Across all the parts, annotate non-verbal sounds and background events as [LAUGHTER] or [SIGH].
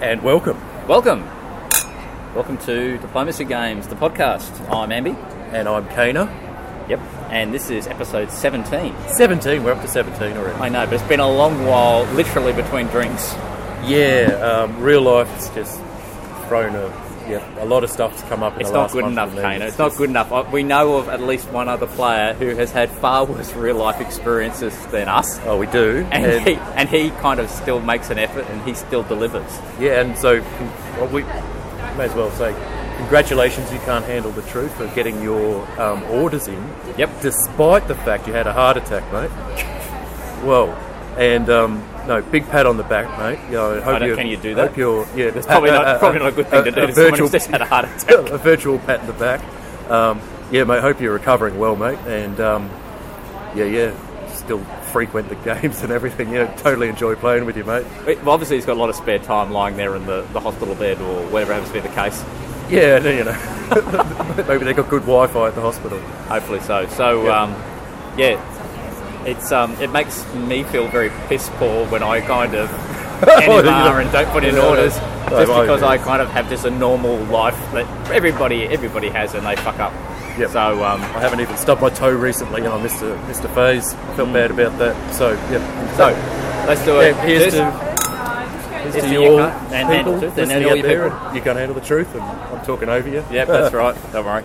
And welcome. Welcome. Welcome to Diplomacy Games, the podcast. I'm Ambi. And I'm Kana. Yep. And this is episode 17. 17, we're up to 17 already. I know, but it's been a long while, literally between drinks. Yeah, um, real life's just thrown a, yeah, a lot of stuff's come up in It's the not last good month enough, for me. Kano. It's not good enough. I- We know of at least one other player who has had far worse real life experiences than us. Oh, we do. And, he, and he kind of still makes an effort and he still delivers. yeah, and so con- well, we may as well say congratulations, you can't handle the truth, for getting your um, orders in. Yep. Despite the fact you had a heart attack, mate. Whoa. And um, no, big pat on the back, mate. You know, hope I don't- you, can you do that? Hope you're, yeah, It's probably [LAUGHS] not, probably not Uh, a good thing to do to someone virtual who's just had a heart attack. a virtual pat in the back. Um, yeah, mate. Hope you're recovering well, mate. And um, yeah, yeah. Still frequent the [LAUGHS] games and everything. Yeah, totally enjoy playing with you, mate. Well, obviously, he's got a lot of spare time lying there in the, the hospital bed or whatever happens to be the case. Yeah, no, you know. [LAUGHS] Maybe they got good Wi-Fi at the hospital. Hopefully so. So, Yeah. yeah. Um, yeah, it's um, it makes me feel very piss poor when I [LAUGHS] kind of you NMR don't- and don't put in Yeah. orders No, just I- because I kind of have just a normal life that everybody everybody has and they fuck up. Yep. So um, I haven't even stubbed my toe recently, and I missed a missed a phase. Felt bad about that. So yeah. so let's do it. Yeah, here's to- here's to to you you all and handle people truth and listening handle out your there, people. and You can't handle the truth, and I'm talking over you. Yep, that's right. Don't worry.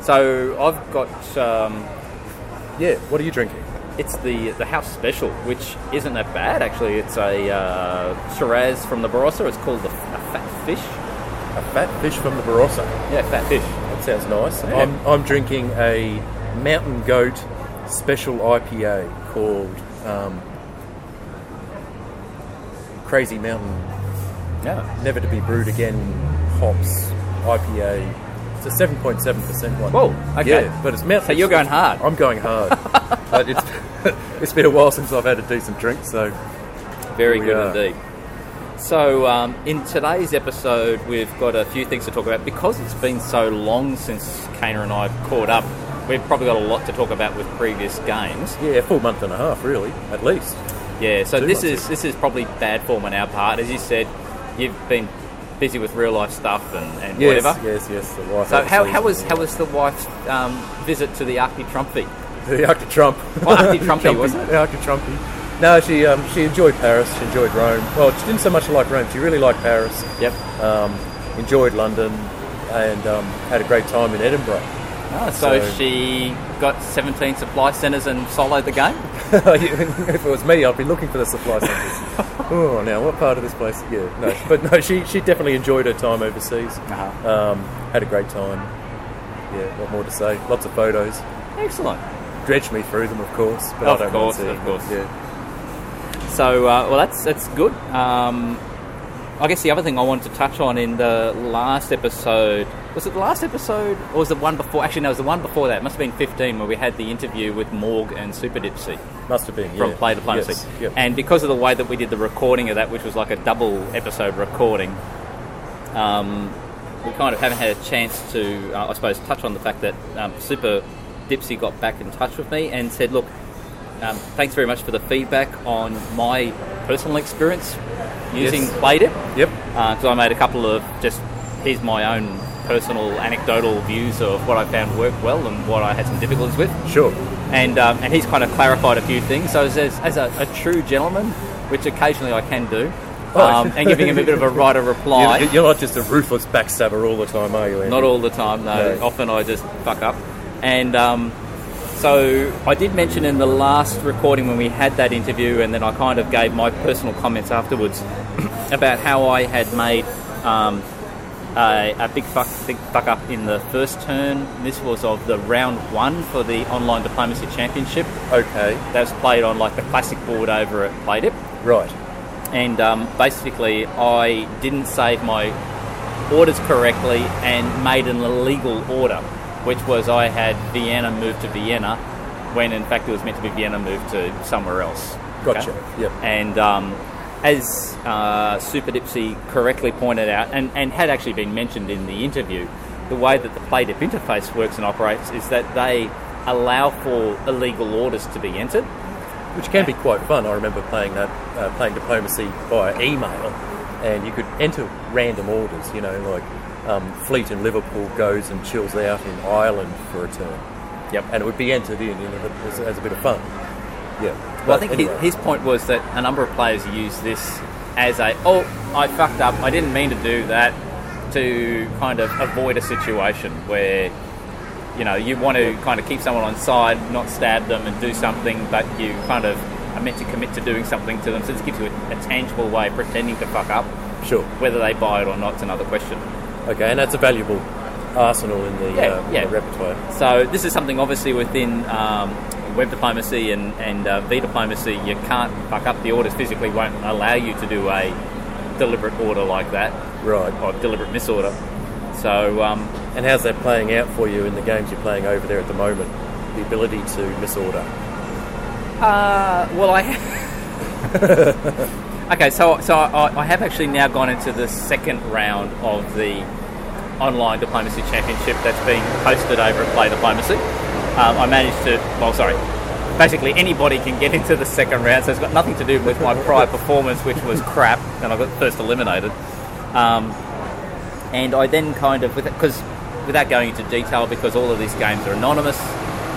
So I've got. Um, [LAUGHS] Yeah. What are you drinking? It's the the house special, which isn't that bad actually. It's a uh, Shiraz from the Barossa. It's called the, a fat fish. A fat fish from the Barossa. Yeah, fat fish. That sounds nice. Yeah. I'm, I'm drinking a Mountain Goat Special IPA called um, Crazy Mountain Yeah. Never to Be Brewed Again Hops IPA. It's a 7.7% one. Whoa, okay. Yeah, but it's mountain. So you're going hard. I'm going hard. [LAUGHS] but it's, [LAUGHS] it's been a while since I've had a decent drink, so Very We good are. indeed. So, um, in today's episode, we've got a few things to talk about. Because it's been so long since Kana and I have caught up, we've probably got a lot to talk about with previous games. yeah, a full month and a half, really, at least. Yeah, so Two this months. is this is probably bad form on our part. As you said, you've been busy with real life stuff and, and Yes, whatever. yes, yes. The wife So had a how, how seizure. was how was the wife's um, visit to the Arctic Trumpy? [LAUGHS] The Arctic Trump. Oh, Arctic Trumpy, wasn't it? The Arctic Trumpy. No, she um, she enjoyed Paris. She enjoyed Rome. Well, she didn't so much like Rome. She really liked Paris. Yep. Um, enjoyed London, and um, had a great time in Edinburgh. [LAUGHS] Oh, so, so- she got 17 supply centres and soloed the game. if it was me, I'd be looking for the supply [LAUGHS] centres. oh, now what part of this place? Yeah, no, but no, she she definitely enjoyed her time overseas. Uh-huh. Um, had a great time. Yeah, what more to say? Lots of photos. Excellent. Dredged me through them, of course. But Of I don't want course, to see. of course. Yeah. So uh, well, that's that's good. Um, I guess the other thing I wanted to touch on in the last episode was it the last episode or was it the one before? Actually, no, it was the one before that. It must have been 15 where we had the interview with Morg and Super Dipsy. Must have been from yeah. Play Diplomacy. Yes, yep. And because of the way that we did the recording of that, which was like a double episode recording, um, we kind of haven't had a chance to, uh, I suppose, touch on the fact that um, Super Dipsy got back in touch with me and said, look, um, thanks very much for the feedback on my personal experience using Yes. Playdip yep. because I made a couple of just here's my own personal anecdotal views of what I found worked well and what I had some difficulties with Sure. and um, and he's kind of clarified a few things. So as, as as a, a true gentleman, which occasionally I can do, Oh. um, and giving him a bit of a right of reply. You're, you're not just a ruthless backstabber all the time, are you? Andy? Not all the time, no. No. Often I just fuck up. And um, so I did mention in the last recording when we had that interview, and then I kind of gave my personal comments afterwards [COUGHS] about how I had made um, a, a big fuck big fuck up in the first turn. This was of the round one for the online diplomacy championship. Okay. That was played on like the classic board over at Playdip Right. and um, basically I didn't save my orders correctly and made an illegal order, which was I had Vienna moved to Vienna when in fact it was meant to be Vienna moved to somewhere else. Gotcha. Yep. And um, as uh, Super Dipsy correctly pointed out, and, and had actually been mentioned in the interview, the way that the play-dip interface works and operates is that they allow for illegal orders to be entered. which can be quite fun. I remember playing that, uh, playing diplomacy via email, and you could enter random orders. You know, like um, fleet in Liverpool goes and chills out in Ireland for a turn, Yep. and it would be entered in you know, as, as a bit of fun. Yeah. Well, I But think anyway. his, his point was that a number of players use this as a, oh, I fucked up, I didn't mean to do that, to kind of avoid a situation where, you know, you want to kind of keep someone on side, not stab them and do something, but you kind of are meant to commit to doing something to them. So this gives you a, a tangible way of pretending to fuck up. sure. Whether they buy it or not is another question. Okay, and that's a valuable arsenal in the, Yeah, uh, yeah. the repertoire. So this is something obviously within um, web diplomacy and, and uh, V diplomacy, you can't fuck up. The orders physically won't allow you to do a deliberate order like that Right. or deliberate misorder. So um, And how's that playing out for you in the games you're playing over there at the moment? The ability to misorder. Uh, well, I. [LAUGHS] okay, so so I, I have actually now gone into the second round of the online diplomacy championship that's being hosted over at Play Diplomacy. Um, I managed to. Well, sorry. Basically, anybody can get into the second round, so it's got nothing to do with my prior performance, which was crap, and I got first eliminated. Um, and I then kind of because without going into detail because all of these games are anonymous,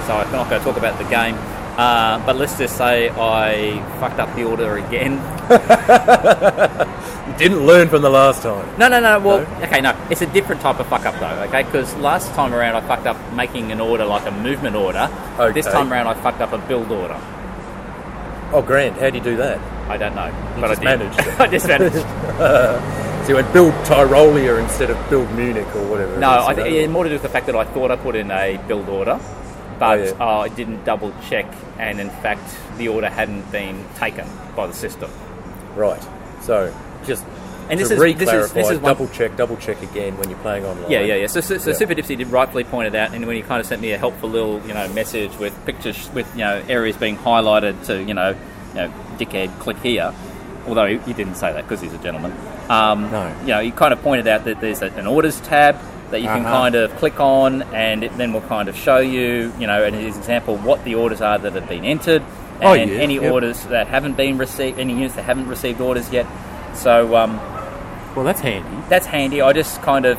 so I'm not going to talk about the game. Uh, but let's just say I fucked up the order again. [LAUGHS] You didn't learn from the last time. No, no, no. Well, No? okay, no. It's a different type of fuck up though. Okay, because last time around I fucked up making an order like a movement order. This Okay. time around I fucked up a build order. Oh, Grant, how do you do that? I don't know, You but just I did. managed. [LAUGHS] I just managed. So you went build Tyrolia instead of build Munich or whatever. it No, is, I you think know? yeah, more to do with the fact that I thought I put in a build order, but Oh, yeah. uh, I didn't double check, and in fact, the order hadn't been taken by the system. Oh, Right. So just to And this is- this is- re-clarify, this is one- double check, double check again when you're playing online. Yeah, yeah, yeah. So, so, so Yeah. Super Dipsy did rightfully point it out, and when he kind of sent me a helpful little, you know, message with pictures with you know areas being highlighted to you know, you know, dickhead, click here. Although he, he didn't say that because he's a gentleman. Um, No. You know, he kind of pointed out that there's a, an orders tab that you can Uh-huh. kind of click on, and it then will kind of show you, you know, in his example, what the orders are that have been entered, and Oh, yeah, any yep. orders that haven't been received, any units that haven't received orders yet. So um, Well, that's handy. that's handy. I just kind of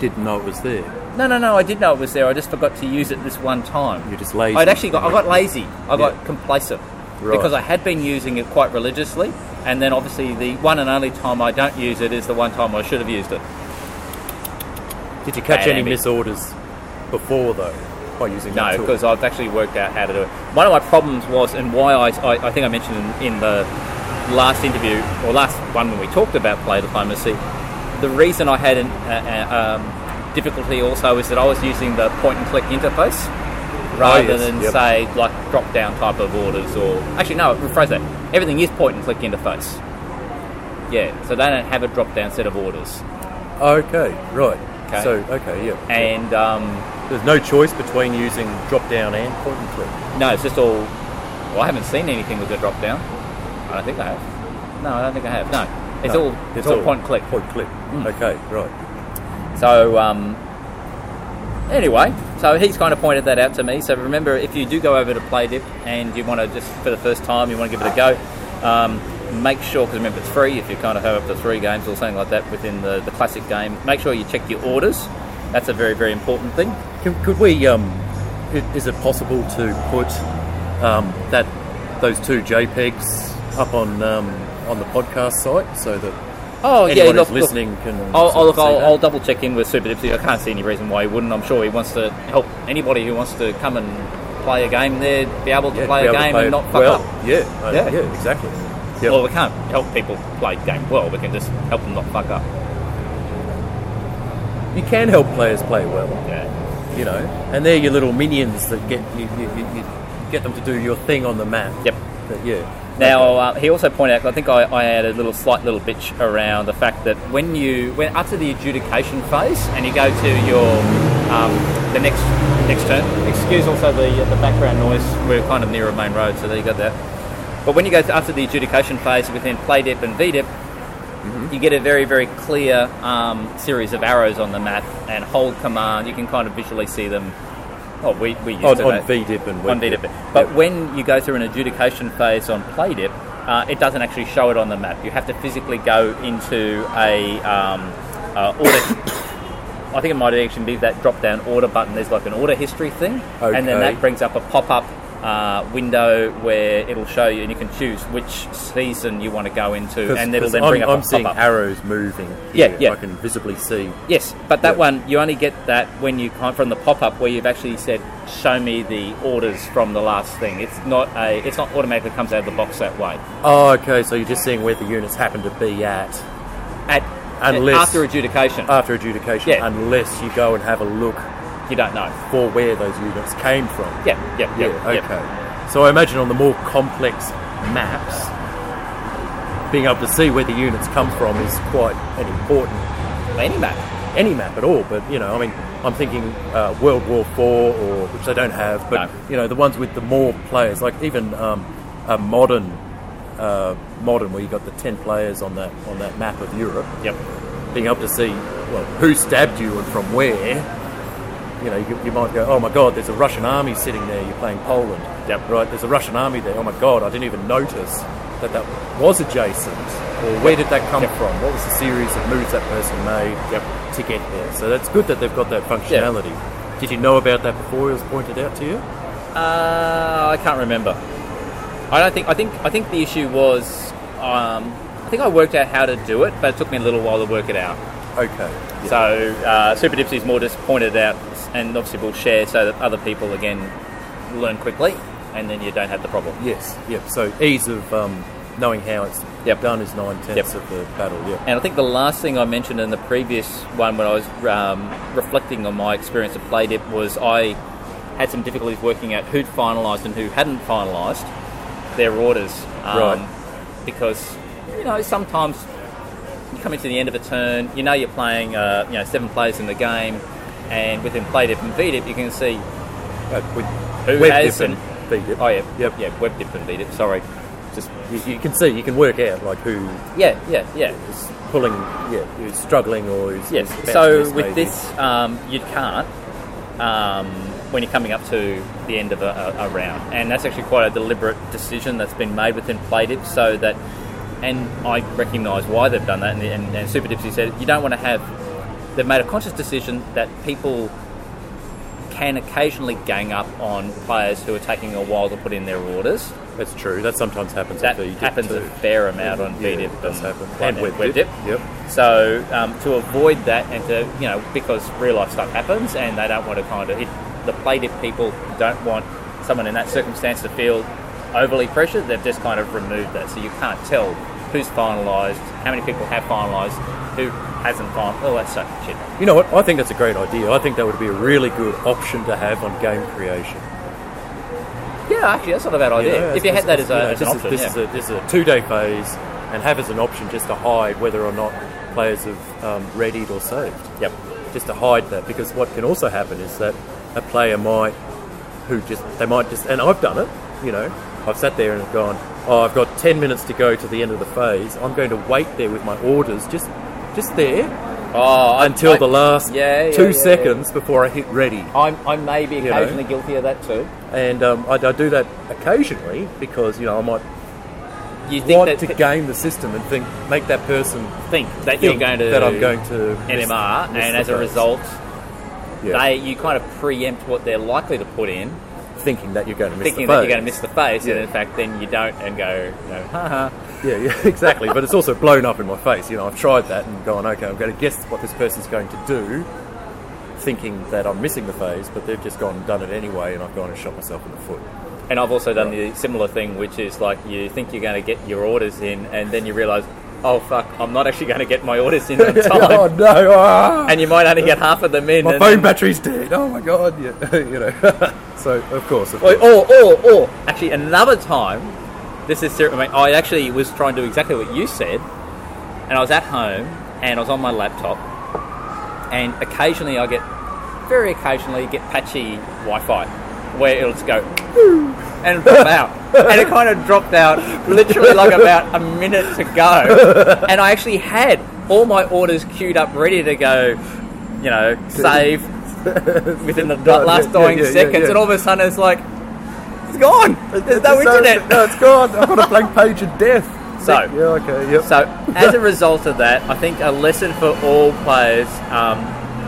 Didn't know it was there. no, no, no. I did know it was there. I just forgot to use it this one time. You're just lazy. I'd actually got. I got lazy. I got complacent Right. because I had been using it quite religiously, and then obviously the one and only time I don't use it is the one time I should have used it. Did you catch Bad any habit. misorders before though by using that No, tool? because I've actually worked out how to do it. One of my problems was, and why I, I, I think I mentioned in, in the last interview or last one when we talked about play diplomacy, the reason I had an, a, a, um, difficulty also is that I was using the point and click interface rather Ah, yes, than yep. say like drop down type of orders or actually no, rephrase that. Everything is point and click interface. Yeah, so they don't have a drop down set of orders, Okay, right. Okay. So okay, yeah. and um, There's no choice between using drop down and point and click. No, it's just all. Well, I haven't seen anything with a drop down. I don't think I have. No, I don't think I have. No, it's No, all it's, all, point and click. Mm. Point click. Okay, right. So um, anyway, so he's kind of pointed that out to me. So remember, if you do go over to PlayDip and you want to just for the first time, you want to give it a go. Um, make sure because remember it's free. If you kind of have up to three games or something like that within the the classic game, make sure you check your orders. That's a very very important thing. Can, could we? Um, i- is it possible to put um, that those two JPEGs up on um, on the podcast site so that Oh anyone yeah, look, who's look, listening can? I'll, sort I'll, of look, see I'll, that? I'll double check in with Super Dipsy. I can't see any reason why he wouldn't. I'm sure he wants to help anybody who wants to come and play a game there, be able to Yeah, play be a able to game play and it not fuck well. up. Yeah, uh, Yeah. yeah, exactly. Yep. Well, we can't help people play game well. We can just help them not fuck up. you can help players play well, Yeah. you know, and they're your little minions that get you, you, you, you get them to do your thing on the map. Yep. But, yeah. Now uh, he also pointed out. I think I, I added a little slight little bitch around the fact that when you when after the adjudication phase and you go to your um, the next next turn. Excuse also the uh, the background noise. We're kind of near a main road, so there you got that. But when you go to, after the adjudication phase within PlayDip and VDip, you get a very, very clear um, series of arrows on the map and hold command. You can kind of visually see them. Oh, we, we used On, to on that- VDIP and on WebDIP. VDIP. But when you go through an adjudication phase on PlayDIP, uh, it doesn't actually show it on the map. You have to physically go into a um, uh, order. [COUGHS] I think it might actually be that drop down order button. There's like an order history thing, and then Okay. that brings up a pop up uh, window where it'll show you, and you can choose which season you want to go into, 'Cause- and it'll 'cause then I'm, bring up I'm a seeing pop up. arrows moving. Yeah, here. yeah. I can visibly see. Yes, but that Yeah. one you only get that when you come from the pop-up where you've actually said, "Show me the orders from the last thing." It's not a. It's not automatically comes out of the box that way. Oh, okay. So you're just seeing where the units happen to be at At Unless- Uh, after adjudication, after adjudication, Yeah. unless you go and have a look you don't know. for where those units came from. Yeah, yeah, yeah. yeah. okay. So I imagine on the more complex maps, being able to see where the units come from is quite an important Any map. any map at all. But you know, I mean, I'm thinking uh, World War Four, or which they don't have, but No. you know, the ones with the more players, like even um, a modern, uh, modern where you got the ten players on that on that map of Europe, Yep. being able to see well who stabbed you and from where. You know, you, you might go, oh my God, there's a Russian army sitting there. You're playing Poland, Yep. right? There's a Russian army there. Oh my God, I didn't even notice that that was adjacent. Or where did that come from? What was the series of moves that person made to get there? So that's good that they've got that functionality. Did you know about that before it was pointed out to you? Uh, I can't remember. I don't think. I think. I think the issue was. Um, I think I worked out how to do it, but it took me a little while to work it out. Okay. So uh, Super Dipsy is more just pointed out, and obviously we'll share so that other people again learn quickly, and then you don't have the problem. Yes. Yep. So ease of um, knowing how it's Yep. done is nine tenths Yep. of the battle. Yeah. And I think the last thing I mentioned in the previous one when I was um, reflecting on my experience of Playdip was I had some difficulties working out who'd finalised and who hadn't finalised their orders. Um, Right. Because, you know, sometimes you come into the end of a turn, you know you're playing, uh, you know, seven players in the game, and within Playdip and VDip you can see Uh, with Who web has dip and feed dip. Oh yeah, Yep. yep, yeah, web dip and beat it. Sorry, just You, you can see, you can work out like who yeah, yeah, yeah, is pulling, yeah, who's struggling or who's. yes. who's about to So miss with maybe. this, um, you can't um, when you're coming up to the end of a, a, a round, and that's actually quite a deliberate decision that's been made within Playdip, so that, and I recognise why they've done that, and, and, and Super Dipsy said you don't want to have. They've made a conscious decision that people can occasionally gang up on players who are taking a while to put in their orders. that's true. That sometimes happens. that at the dip happens too. a fair amount on Yeah, VDip and, does happen. and, web, dip. Yep. So um, to avoid that, and to you know, because real life stuff happens, and they don't want to kind of hit the play dip people don't want someone in that circumstance to feel overly pressured. They've just kind of removed that, so you can't tell who's finalised, how many people have finalised, who hasn't finalised. Oh, that's so shit. You know what? I think that's a great idea. I think that would be a really good option to have on game creation. Yeah, actually, that's not a bad You idea. know, if you it's- had that it's- as, a, you know, as an this option, is, yeah. this, is a, this is a two-day phase, and have as an option just to hide whether or not players have um, readied or saved. yep. just to hide that because what can also happen is that a player might who just they might just and I've done it you know I've sat there and gone oh I've got 10 minutes to go to the end of the phase I'm going to wait there with my orders just just there Oh, until the last yeah, yeah, two yeah, yeah. seconds before I hit ready I'm, I may be You know. occasionally guilty of that too. and um, I, I do that occasionally because you know I might You think want that to game the system and think make that person think that you're think going to that I'm going to miss- NMR, miss and the as a phase. result, Yeah. they you kind of preempt what they're likely to put in, thinking that you're going to miss thinking the that phase. you're going to miss the face, Yeah. and in fact, then you don't, and go, you know, "Ha ha." Yeah, yeah, [LAUGHS] exactly. but it's also blown up in my face. You know, I've tried that and gone, okay, I'm going to guess what this person's going to do, thinking that I'm missing the phase, but they've just gone and done it anyway, and I've gone and shot myself in the [LAUGHS] foot. And I've also done the similar thing, which is like you think you're going to get your orders in, and then you realise, oh fuck, I'm not actually going to get my orders in [LAUGHS] on time, oh no! Ah! and you might only get half of them in. my and phone battery's dead. Oh my god! Yeah, [LAUGHS] you know. so of course, of Or, course. or, or, or, oh, actually, another time, this is ser- I, mean, I actually was trying to do exactly what you said, and I was at home and I was on my laptop, and occasionally I get, very occasionally, get patchy Wi Fi where it'll just go, [LAUGHS] and drop out. And it kind of dropped out literally like about a minute to go. And I actually had all my orders queued up, ready to go, [LAUGHS] you know, save within the Yeah, last yeah, dying yeah, yeah, seconds. yeah. And all of a sudden it's like, it's gone. oh, There's no internet. No, it's gone. I've got a blank page of death. [LAUGHS] So- yeah, okay, yep. So, as a result of that, I think a lesson for all players, um,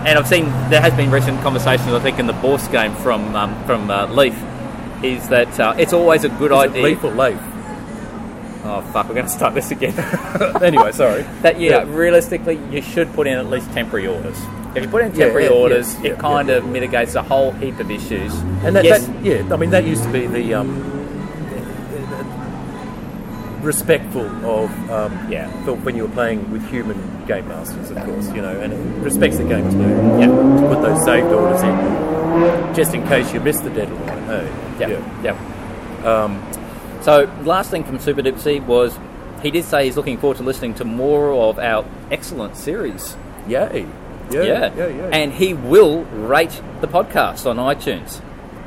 and I've seen there has been recent conversations. I think in the Bourse game from um, from uh, Leaf, is that uh, it's always a good Is it idea. leaf or leaf? Oh fuck, we're going to start this again. [LAUGHS] anyway, sorry. that yeah, Yeah. realistically, you should put in at least temporary orders. If you put in Yeah, temporary yeah, yeah, orders, yeah, it kind yeah. of mitigates a whole heap of issues. And that, yes, that, yeah, I mean that used to be the um, respectful of um, Yeah. for when you were playing with human game masters, of course, you know, and it respects the game too. yeah, To put those saved orders in, just in case you miss the deadline. Hey, Yeah, yeah. Um, so, last thing from Super Dipsy was he did say he's looking forward to listening to more of our excellent series. yeah, yay, yeah, yeah, yeah. And he will rate the podcast on iTunes.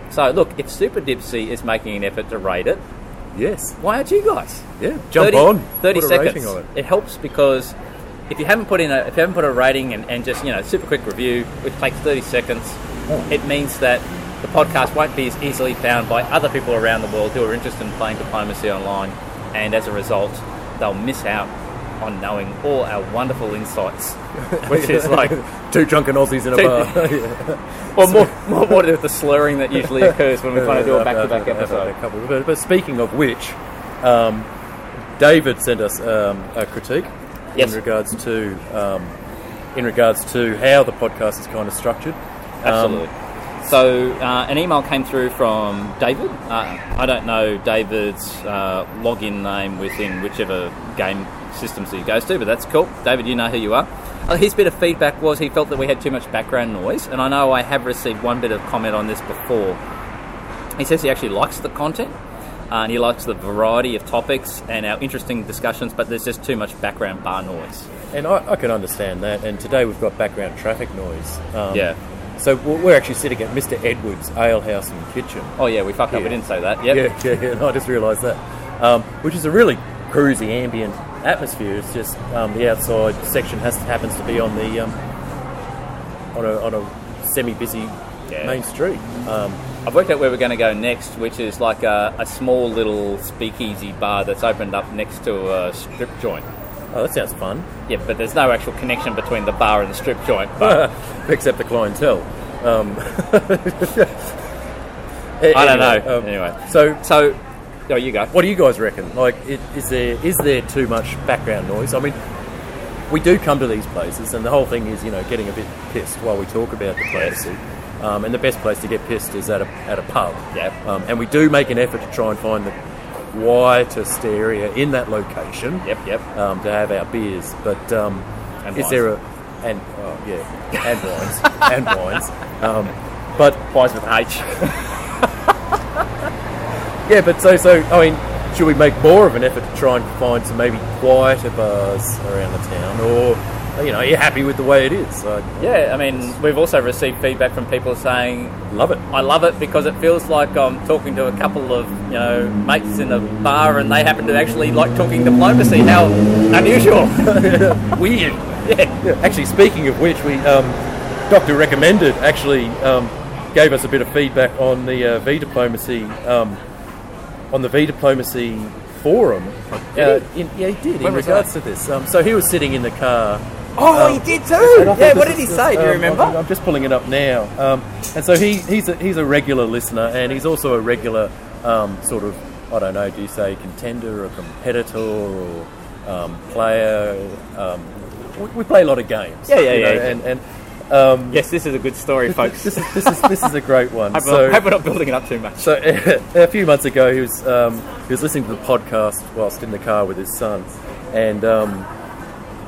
So, look, if Super Dipsy is making an effort to rate it, yes, why aren't you guys? yeah, jump 30, on. 30 Put a seconds. rating on it. helps because if you haven't put in a if you haven't put a rating and, and just you know super quick review, which takes thirty seconds, Hmm. it means that the podcast won't be as easily found by other people around the world who are interested in playing diplomacy online, and as a result, they'll miss out on knowing all our wonderful insights, which [LAUGHS] is like two drunken Aussies in a Two- bar. Yeah. or more more what if the slurring [LAUGHS] that usually occurs when we kind of do a back to back I've had episode. a couple. But, but speaking of which, um, David sent us um, a critique Yes. in regards to um, in regards to how the podcast is kind of structured. Absolutely. so uh, an email came through from David. Uh, I don't know David's uh, login name within whichever game systems he goes to, but that's cool. David, you know who you are. Uh, his bit of feedback was he felt that we had too much background noise, and I know I have received one bit of comment on this before. He says he actually likes the content. Uh, and he likes the variety of topics and our interesting discussions, but there's just too much background bar noise. And I, I can understand that. And today we've got background traffic noise. Um, Yeah. So we're we're actually sitting at Mr. Edwards' alehouse and kitchen. Oh yeah, we fucked up. We Yeah. didn't say that. Yep. Yeah, yeah, yeah. No, I just realised that. Um, which is a really cruisy ambient atmosphere. It's just um, the outside section has happens to be on the um, on a on a semi-busy Yeah. main street. Um, I've worked out where we're going to go next, which is like a, a small little speakeasy bar that's opened up next to a strip joint. oh, that sounds fun. Yeah, but there's no actual connection between the bar and the strip joint. But Except the clientele. Um, [LAUGHS] I don't know. um, anyway, So so oh, you go. What do you guys reckon? Like, i- is there is there too much background noise? I mean, we do come to these places, and the whole thing is, you know, getting a bit pissed while we talk about the place. Um, and the best place to get pissed is at a, at a pub. Yeah. Um, and we do make an effort to try and find the quietest area in that location Yep, yep. um, to have our beers. But um, And is wines. there a and oh, yeah and wines and wines? Um, but Pies with H. Yeah, but so so. I mean, should we make more of an effort to try and find some maybe quieter bars around the town, or you know, you're happy with the way it is? I yeah, I mean, we've also received feedback from people saying love it. I love it because it feels like I'm talking to a couple of you know mates in a bar, and they happen to actually like talking diplomacy. How unusual! Weird. Yeah. Yeah, Actually, speaking of which, we um, Doctor recommended actually um, gave us a bit of feedback on the uh, V diplomacy um, on the V diplomacy forum. Oh, Did he? yeah, he did. When in was regards that? to this, um, so he was sitting in the car. Oh, Um, he did too. And I Yeah, think what this did he is- say? Do you um, remember? I'm, I'm just pulling it up now. Um, and so he, he's, a, he's a regular listener, and he's also a regular um, sort of, I don't know, do you say contender or competitor or um, player? Um, we, we play a lot of games. Yeah, yeah, you yeah, know, yeah. And, and yes, this is a good story, folks. this, is, this, is, this is a great [LAUGHS] one. hope, so, we're not building it up too much. so [LAUGHS] a few months ago, he was um, he was listening to the podcast whilst in the car with his son, and um,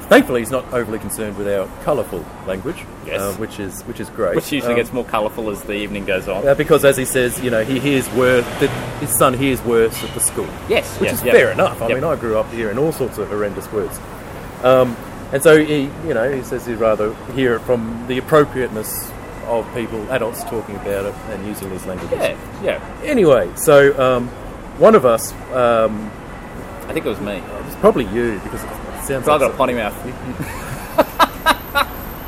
thankfully, he's not overly concerned with our colourful language, Yes. uh, which is which is great. Which usually Um, gets more colourful as the evening goes on. uh, because, as he says, you know, he hears worse. That his son hears worse at the school. Yes, which yes, is yep. fair enough. I Yep. mean, I grew up hearing all sorts of horrendous words, um, and so he, you know, he says he'd rather hear it from the appropriateness of people, adults talking about it and using these languages. Yeah, yeah. Anyway, so um, one of us, um, I think it was me. it's probably you because it sounds So I like got a potty mouth.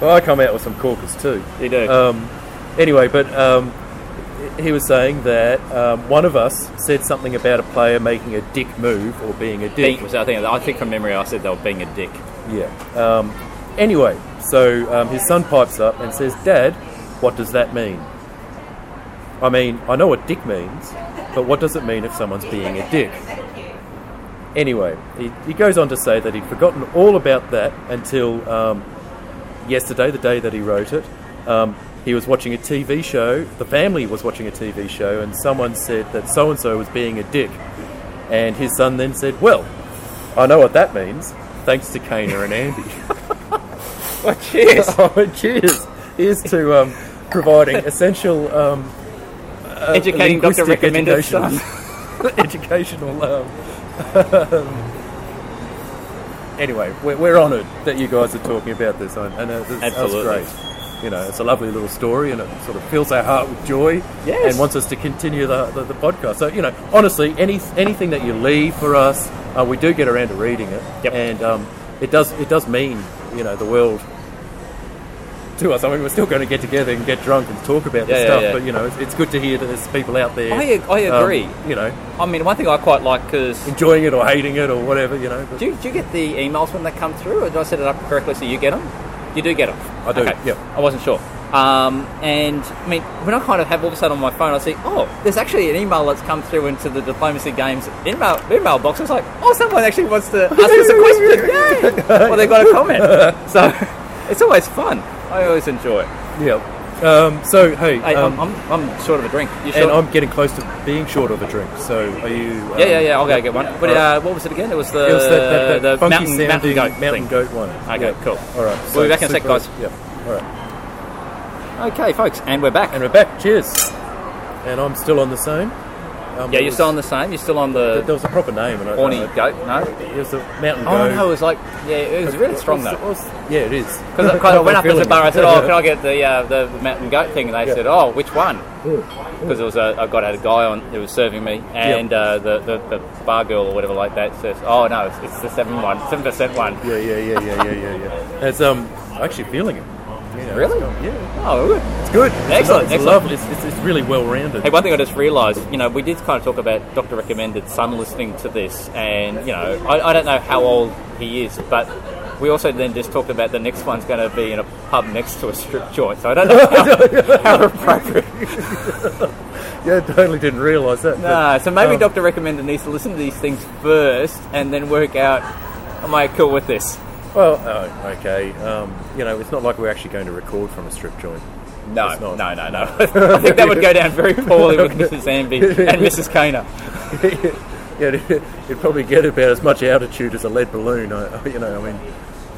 Well, I come out with some corkers too. You do. Um, anyway, but um, he was saying that um, one of us said something about a player making a dick move or being a dick. Being- so I think I think from memory I said they were being a dick. Yeah. Um, anyway, so um, his son pipes up and says, Dad, what does that mean? I mean, I know what dick means, but what does it mean if someone's being a dick? Anyway, he, he goes on to say that he'd forgotten all about that until um, yesterday, the day that he wrote it. Um, he was watching a TV show, the family was watching a TV show, and someone said that so and so was being a dick. And his son then said, Well, I know what that means. Thanks to Kana and [LAUGHS] Andy. Well, cheers. oh, cheers. Here's to um, [LAUGHS] providing essential um, Educating Dr. linguistic Recommended education. [LAUGHS] stuff. educational. Um, anyway, we're, we're honoured that you guys are talking about this, and and, uh, this- that's Absolutely. great. You know, it's a lovely little story, and it sort of fills our heart with joy, Yes. and wants us to continue the, the, the podcast. So, you know, honestly, any anything that you leave for us, uh, we do get around to reading it, Yep. and um, it does it does mean you know the world to us. I mean, we're still going to get together and get drunk and talk about Yeah, this yeah, stuff, yeah. but you know, it's, it's good to hear that there's people out there. I ag- I um, agree. you know, I mean, one thing I quite like because enjoying it or hating it or whatever, you know. But do you, do you get the emails when they come through, or did I set it up correctly so you get them? You do get them. I do, Okay. yep. I wasn't sure. Um, and I mean, when I kind of have all of a sudden on my phone, I see, oh, there's actually an email that's come through into the diplomacy games email email box. It's like, oh, someone actually wants to ask [LAUGHS] us a question. Yay! Well, they got a comment, so it's always fun. I always enjoy it. yeah. Um, so hey, Hey, um, I'm, I'm, I'm short of a drink. You and short? I'm getting close to being short of a drink. So are you? Um, yeah, yeah, yeah. I'll go get one. But all right. uh, what was it again? It was the It was that, that, that the funky sounding mountain, mountain goat mountain thing. goat one. Okay, Yeah. cool. All right. We'll be back in a sec, super- guys. Yeah. All right. Okay, folks, and we're back. And we're back. Cheers. And I'm still on the same. Um, Yeah, it you're was- still on the same. You're still on the There was a proper name, and I horny I- goat. No. It was a mountain Oh goat. no, it was like yeah, it was really strong What's- though. what's- yeah, it is. Because I, [LAUGHS] 'cause I went up to the bar, I said, "Oh, can I get the uh, the mountain goat thing?" And they Yeah. said, "Oh, which one?" Because it was a, I got had a guy on who was serving me, and uh, the, the the bar girl or whatever like that says, "Oh no, it's, it's the seven one, seven percent one." Yeah, yeah, yeah, yeah, yeah, yeah, yeah. That's um, actually feeling it. You know, Really? it's- Yeah, Oh, good. it's good. Excellent, It's, excellent. lovely. It's, it's, it's really well rounded. Hey, one thing I just realised, you know, we did kind of talk about Doctor Recommended Son listening to this, and you know, I, I don't know how old he is, but we also then just talked about the next one's going to be in a pub next to a strip joint, so I don't [LAUGHS] know how, how appropriate. Yeah, totally didn't realise that. Nah, so maybe um, Doctor Recommended needs to listen to these things first, and then work out, am I cool with this? But, well, oh, okay. Um, you know, it's not like we're actually going to record from a strip joint. [LAUGHS] No, It's no, not. no, no. [LAUGHS] I think that would go down very poorly [LAUGHS] with Mrs. Amby and Mrs. Kana. yeah, [LAUGHS] you'd probably get about as much altitude as a lead balloon. I, you know, I mean,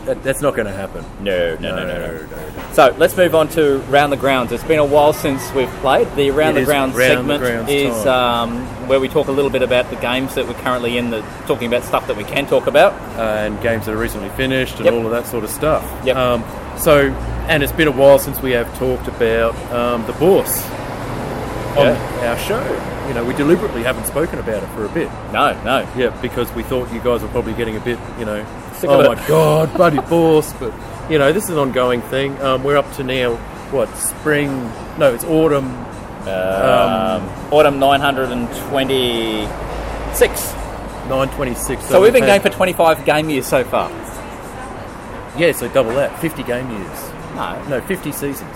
that, that's not going to happen. No, no, no, no, no. So let's move on to round the grounds. It's been a while since we've played. The round It the is grounds round the segment grounds is um, where we talk a little bit about the games that we're currently in, the talking about stuff that we can talk about. and games that are recently finished and Yep. all of that sort of stuff. Yep. Um, so, and it's been a while since we have talked about um, the Bourse on Yeah. our show. You know, we deliberately haven't spoken about it for a bit. No, no. Yeah, because we thought you guys were probably getting a bit, you know, Sick oh of my god, bloody Bourse. But you know, this is an ongoing thing. Um, we're up to now what spring? No, it's autumn. Um, autumn 926. um, Nine twenty-six. So we've been going for 25 game years so far. yeah, so double that, fifty game years. No. No, fifty seasons,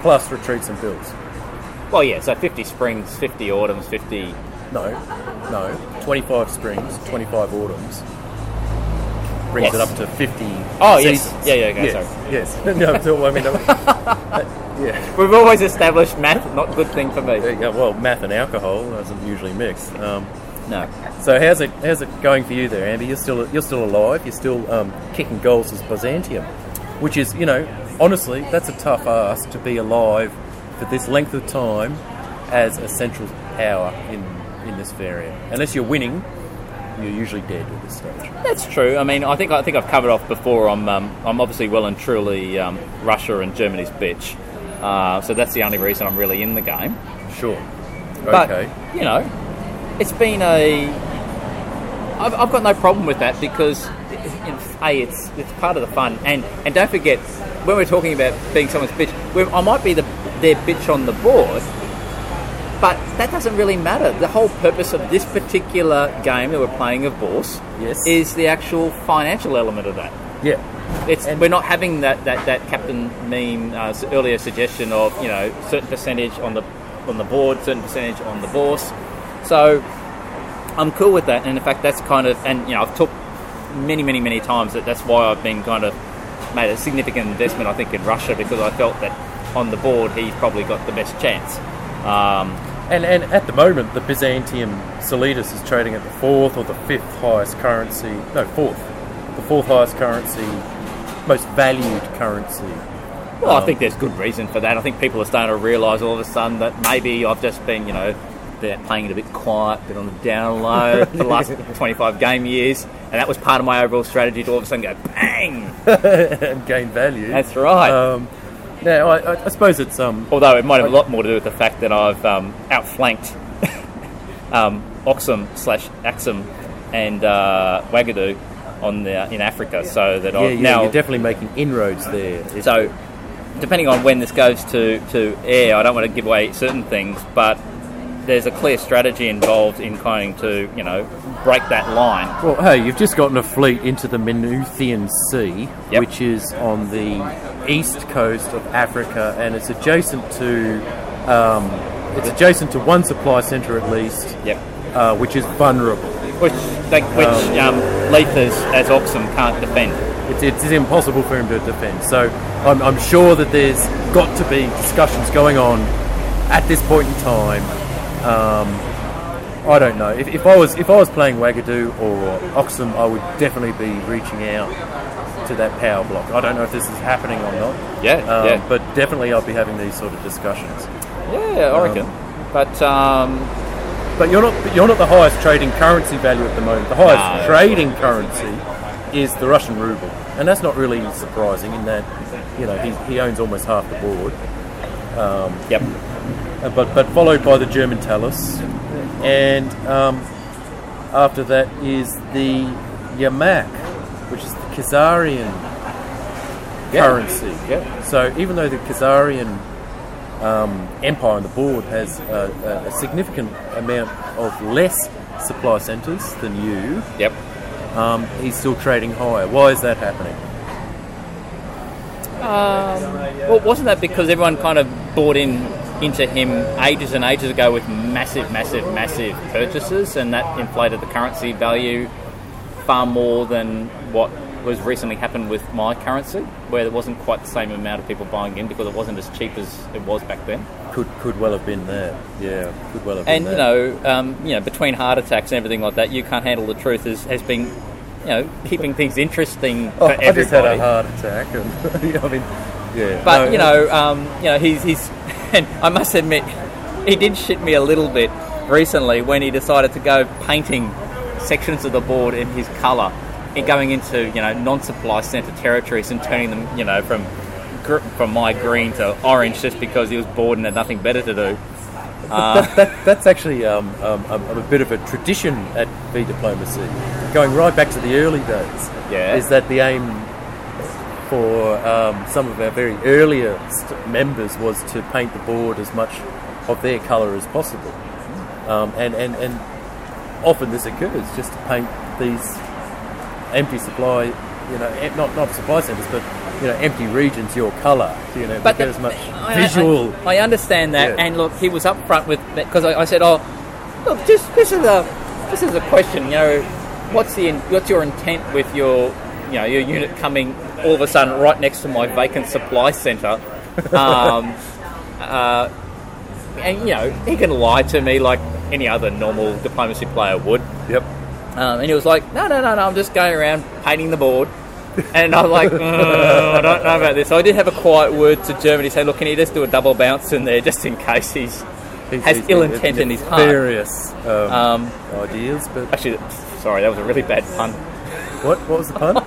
plus retreats and builds. Well, yeah, so 50 springs, 50 autumns, 50. No, no. 25 springs, 25 autumns. Brings Yes. it up to 50. Oh, yes. seasons. Yeah, yeah, okay, yes. sorry. Yes. [LAUGHS] no, so, I mean, that- yeah. We've always established math, not good thing for There me. you go. Well, math and alcohol doesn't usually mix. Um, No. so how's it how's it going for you there, Andy? You're still you're still alive. You're still um, kicking goals as Byzantium, which is you know honestly that's a tough ask to be alive for this length of time as a central power in in this area. Unless you're winning, you're usually dead at this stage. That's true. I mean, I think I think I've covered off before. I'm um, I'm obviously well and truly um, Russia and Germany's bitch. Uh, so that's the only reason I'm really in the game. Sure. But okay. you know, it's been a. I've, I've got no problem with that because, you know, a it's it's part of the fun, and and don't forget when we're talking about being someone's bitch, we I might be the their bitch on the board, but that doesn't really matter. The whole purpose of this particular game that we're playing of Bourse Yes. is the actual financial element of that. Yeah. It's, And- we're not having that, that, that Captain Meme uh, s- earlier suggestion of you know certain percentage on the on the board, certain percentage on the bourse. So I'm cool with that, and in fact, that's kind of and you know I've talked many many many times that that's why I've been kind of made a significant investment I think in Russia because I felt that on the board he's probably got the best chance. Um, And and at the moment, the Byzantium Solitas is trading at the fourth or the fifth highest currency. No, fourth. The fourth highest currency, most valued currency. Well, Um, I think there's good reason for that. I think people are starting to realise all of a sudden that maybe I've just been, you know, they're playing it a bit quiet, bit on the down [LAUGHS] low for the last 25 game years, and that was part of my overall strategy to all of a sudden go bang. and gain value. That's right. Um, now, I, I, I suppose it's um. Although it might have a lot more to do with the fact that I've um, outflanked [LAUGHS] um, Oxum slash Axum and uh, Wagadu on the, in Africa, so that Yeah, I've yeah, Oh, now you're definitely making inroads there. It's- So, depending on when this goes to, to air, I don't want to give away certain things, but there's a clear strategy involved in trying to, you know, break that line. Well, hey, you've just gotten a fleet into the Minuthian Sea, Yep. which is on the east coast of Africa, and it's adjacent to um, it's adjacent to one supply centre at least, Yep. uh, which is vulnerable. Which, they, which um, Leith as, as Oxum can't defend. It's, it's impossible for him to defend. So I'm, I'm sure that there's got to be discussions going on at this point in time. Um, I don't know. If, if I was if I was playing Wagadu or Oxum, I would definitely be reaching out to that power block. I don't know if this is happening or not. Yeah, Um, yeah. But definitely, I'll be having these sort of discussions. Yeah, I reckon. but, um, But you're not you're not the highest trading currency value at the moment. The highest No. trading currency is the Russian ruble, and that's not really surprising in that you know he, he owns almost half the board. yep. Uh, but but followed by the German talus, and um, after that is the Yamak, which is the Khazarian Yeah. currency. Yeah. So even though the Khazarian um, empire on the board has a, a, a significant amount of less supply centres than you, Yep. um, he's still trading higher. Why is that happening? Well, wasn't that because everyone kind of bought in into him ages and ages ago with massive, massive, massive purchases, and that inflated the currency value far more than what was recently happened with my currency, where there wasn't quite the same amount of people buying in because it wasn't as cheap as it was back then. Could could well have been there. Yeah, could well have been And you there. know, um, you know, between heart attacks and everything like that, you can't handle the truth has, has been, you know, keeping things interesting for Oh, I everybody. just had a heart attack. And, [LAUGHS] I mean, yeah. But No, you know, um, you know, he's he's, [LAUGHS] and I must admit, he did shit me a little bit recently when he decided to go painting sections of the board in his colour, and going into you know non-supply centre territories and turning them you know from gr- from my green to orange just because he was bored and had nothing better to do. that, that, that's actually um, um, um, a bit of a tradition at V diplomacy, going right back to the early days. Yeah. is that the aim for um, some of our very earliest members was to paint the board as much of their colour as possible, um, and and and often this occurs just to paint these empty supply, you know, em- not not supply centres, but you know, empty regions your colour, you know, but get the- as much I- I- visual. I, understand that, Yeah. and look, he was upfront with because I, I said, "Oh, look, just this is a this is a question. You know, what's the in- what's your intent with your you know your unit coming all of a sudden right next to my vacant supply [LAUGHS] centre?" Um, uh, and you know, he can lie to me like any other normal diplomacy player would. yep. Um, and he was like, no, no, no, no, I'm just going around painting the board. And I'm like, "Mm, I don't know about this. So I did have a quiet word to Germany, say, look, can you just do a double bounce in there just in case he's. Has ill intent in his heart. Various um, Um, ideas, but Actually, sorry, that was a really bad pun. [LAUGHS] What? What was the pun? [LAUGHS] Go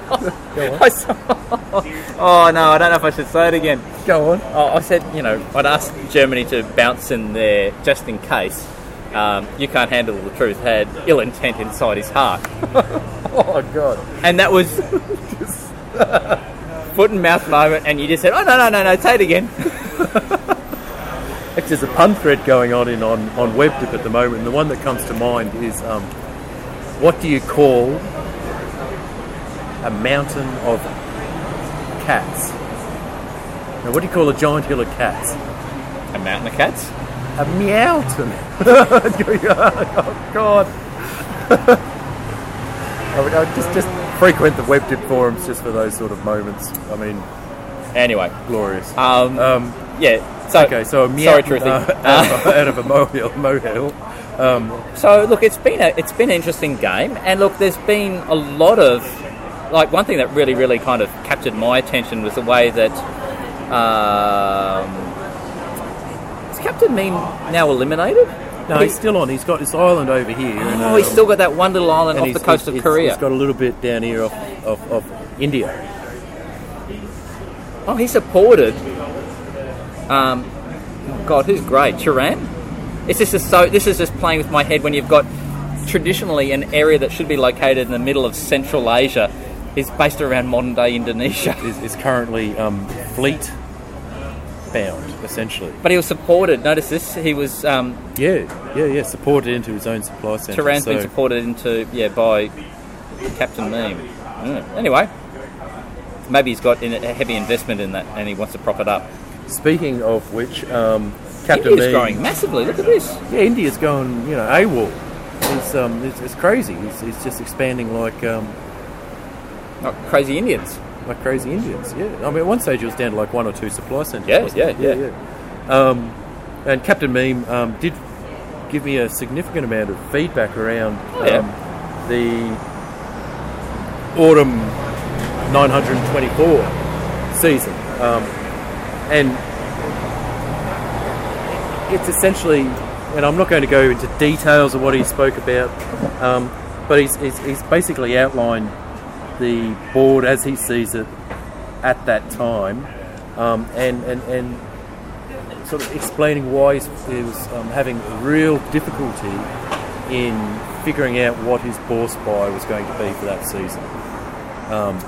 on. I saw- oh no, I don't know if I should say it again. Go on. [LAUGHS] Oh, I said, you know, I'd asked Germany to bounce in there just in case. Um, you can't handle the truth had ill intent inside his heart, Oh God. and that was [LAUGHS] foot and mouth moment. And you just said, "Oh no, no, no, no, say it again." Actually, there's a pun thread going on in on, on WebDip at the moment, and the one that comes to mind is um, what do you call a mountain of cats? Now, what do you call a giant hill of cats? A mountain of cats. A meowton. [LAUGHS] oh, God. [LAUGHS] I would, I would just, just frequent the WebDip forums just for those sort of moments. I mean, Anyway, glorious. um, Um, yeah. So okay, so a meow- Uh, sorry, Truthy. uh, out, of, out of a molehill. molehill. Um, So look, it's been a it's been an interesting game, and look, there's been a lot of like one thing that really really kind of captured my attention was the way that um, is Captain Meme now eliminated? No, he's still on. He's got his island over here. and, oh, he's um, still got that one little island and off he's- the coast he's- of he's- Korea. He's got a little bit down here off, off, off India. oh, he supported. Um, oh God, who's great? Turan. It's just is so. This is just playing with my head when you've got traditionally an area that should be located in the middle of Central Asia is based around modern day Indonesia. [LAUGHS] Is, is currently um, fleet bound, essentially. But he was supported. Notice this. He was um, Yeah, yeah, yeah. Supported into his own supply centre. Turan's been so- supported into yeah by Captain Meme. Mm. Anyway, maybe he's got in a heavy investment in that, and he wants to prop it up. Speaking of which, um, Captain India's Lee- growing massively. Look at this. Yeah, India's going. You know, AWOL. It's, um, it's, it's crazy. It's, it's just expanding like um, Not Oh, crazy Indians. like crazy Indians. Yeah, I mean, at one stage it was down to like one or two supply centres. Yeah, wasn't it? yeah, yeah. yeah. Um, and Captain Meme um, did give me a significant amount of feedback around Oh, yeah. um, the autumn 924 season, um, and it's essentially. And I'm not going to go into details of what he spoke about, um, but he's, he's, he's basically outlined the board as he sees it at that time, um, and, and, and sort of explaining why he's, he was um, having real difficulty in figuring out what his boss buy was going to be for that season.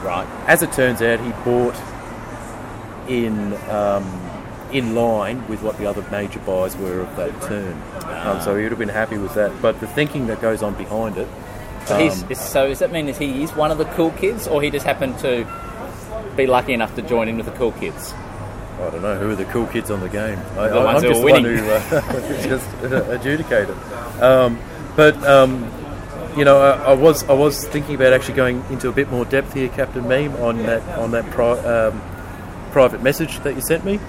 Right. As it turns out, he bought in um, in line with what the other major buys were of that turn, um, so he would have been happy with that. But the thinking that goes on behind it. So, he's, um, is- so does that mean that he is one of the cool kids, or he just happened to be lucky enough to join in with the cool kids? I don't know who are the cool kids on the game. I, The ones I, am who just are the one winning. who uh, [LAUGHS] just uh, adjudicate it. Um, but um, you know, I, I was I was thinking about actually going into a bit more depth here, Captain Meme, on that on that pri- um, private message that you sent me.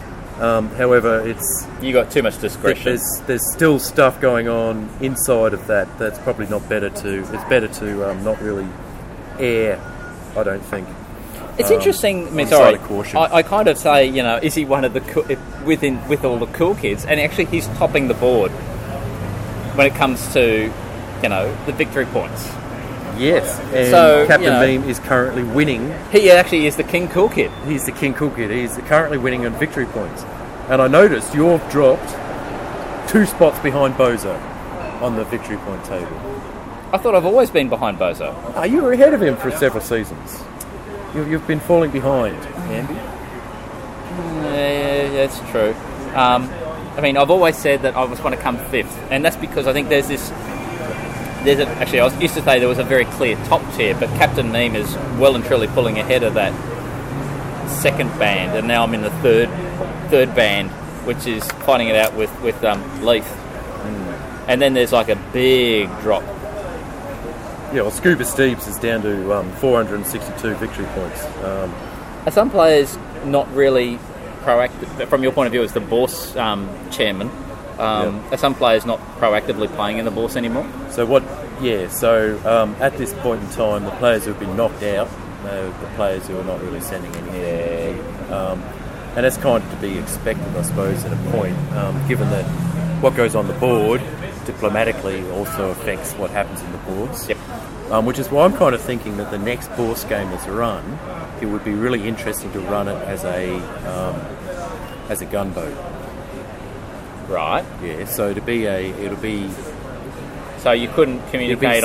Um, however, it's You got too much discretion. there's there's still stuff going on inside of that that's probably not better to it's better to um, not really air. I don't think. It's Um, interesting. I mean, on the sorry, side of caution. I, I kind of say, you know, is he one of the cool, within with all the cool kids? And actually, he's topping the board when it comes to, you know, the victory points. Yes, and So, Captain you know- Meme is currently winning He actually is the king cool kid. he's the King Cool Kid. He's currently winning on victory points. And I noticed you've dropped two spots behind Bozo on the victory point table. I thought I've always been behind Bozo. Ah, you were ahead of him for several seasons. You, you've been falling behind, Andy. Yeah, yeah, yeah, that's true. Um, I mean, I've always said that I was going to come fifth, and that's because I think there's this. There's a, actually, I was used to say there was a very clear top tier, but Captain Neem is well and truly pulling ahead of that second band, and now I'm in the third third band, which is fighting it out with with um, Leaf. And then there's like a big drop. Yeah, well, Scuba Steves is down to um, 462 victory points. Um, Are some players not really proactive? From your point of view, as the boss um, chairman, um, are some players not proactively playing in the boss anymore? So what? Yeah. So um, at this point in time, the players who have been knocked out, uh, the players who are not really sending anything, um, and that's kind of to be expected, I suppose, at a point, um, given that what goes on the board diplomatically also affects what happens in the boards. Yep. Um, which is why I'm kind of thinking that the next Bourse game that's run, it would be really interesting to run it as a um, as a gunboat. Right. Yeah. So to be a, it'll be So you couldn't communicate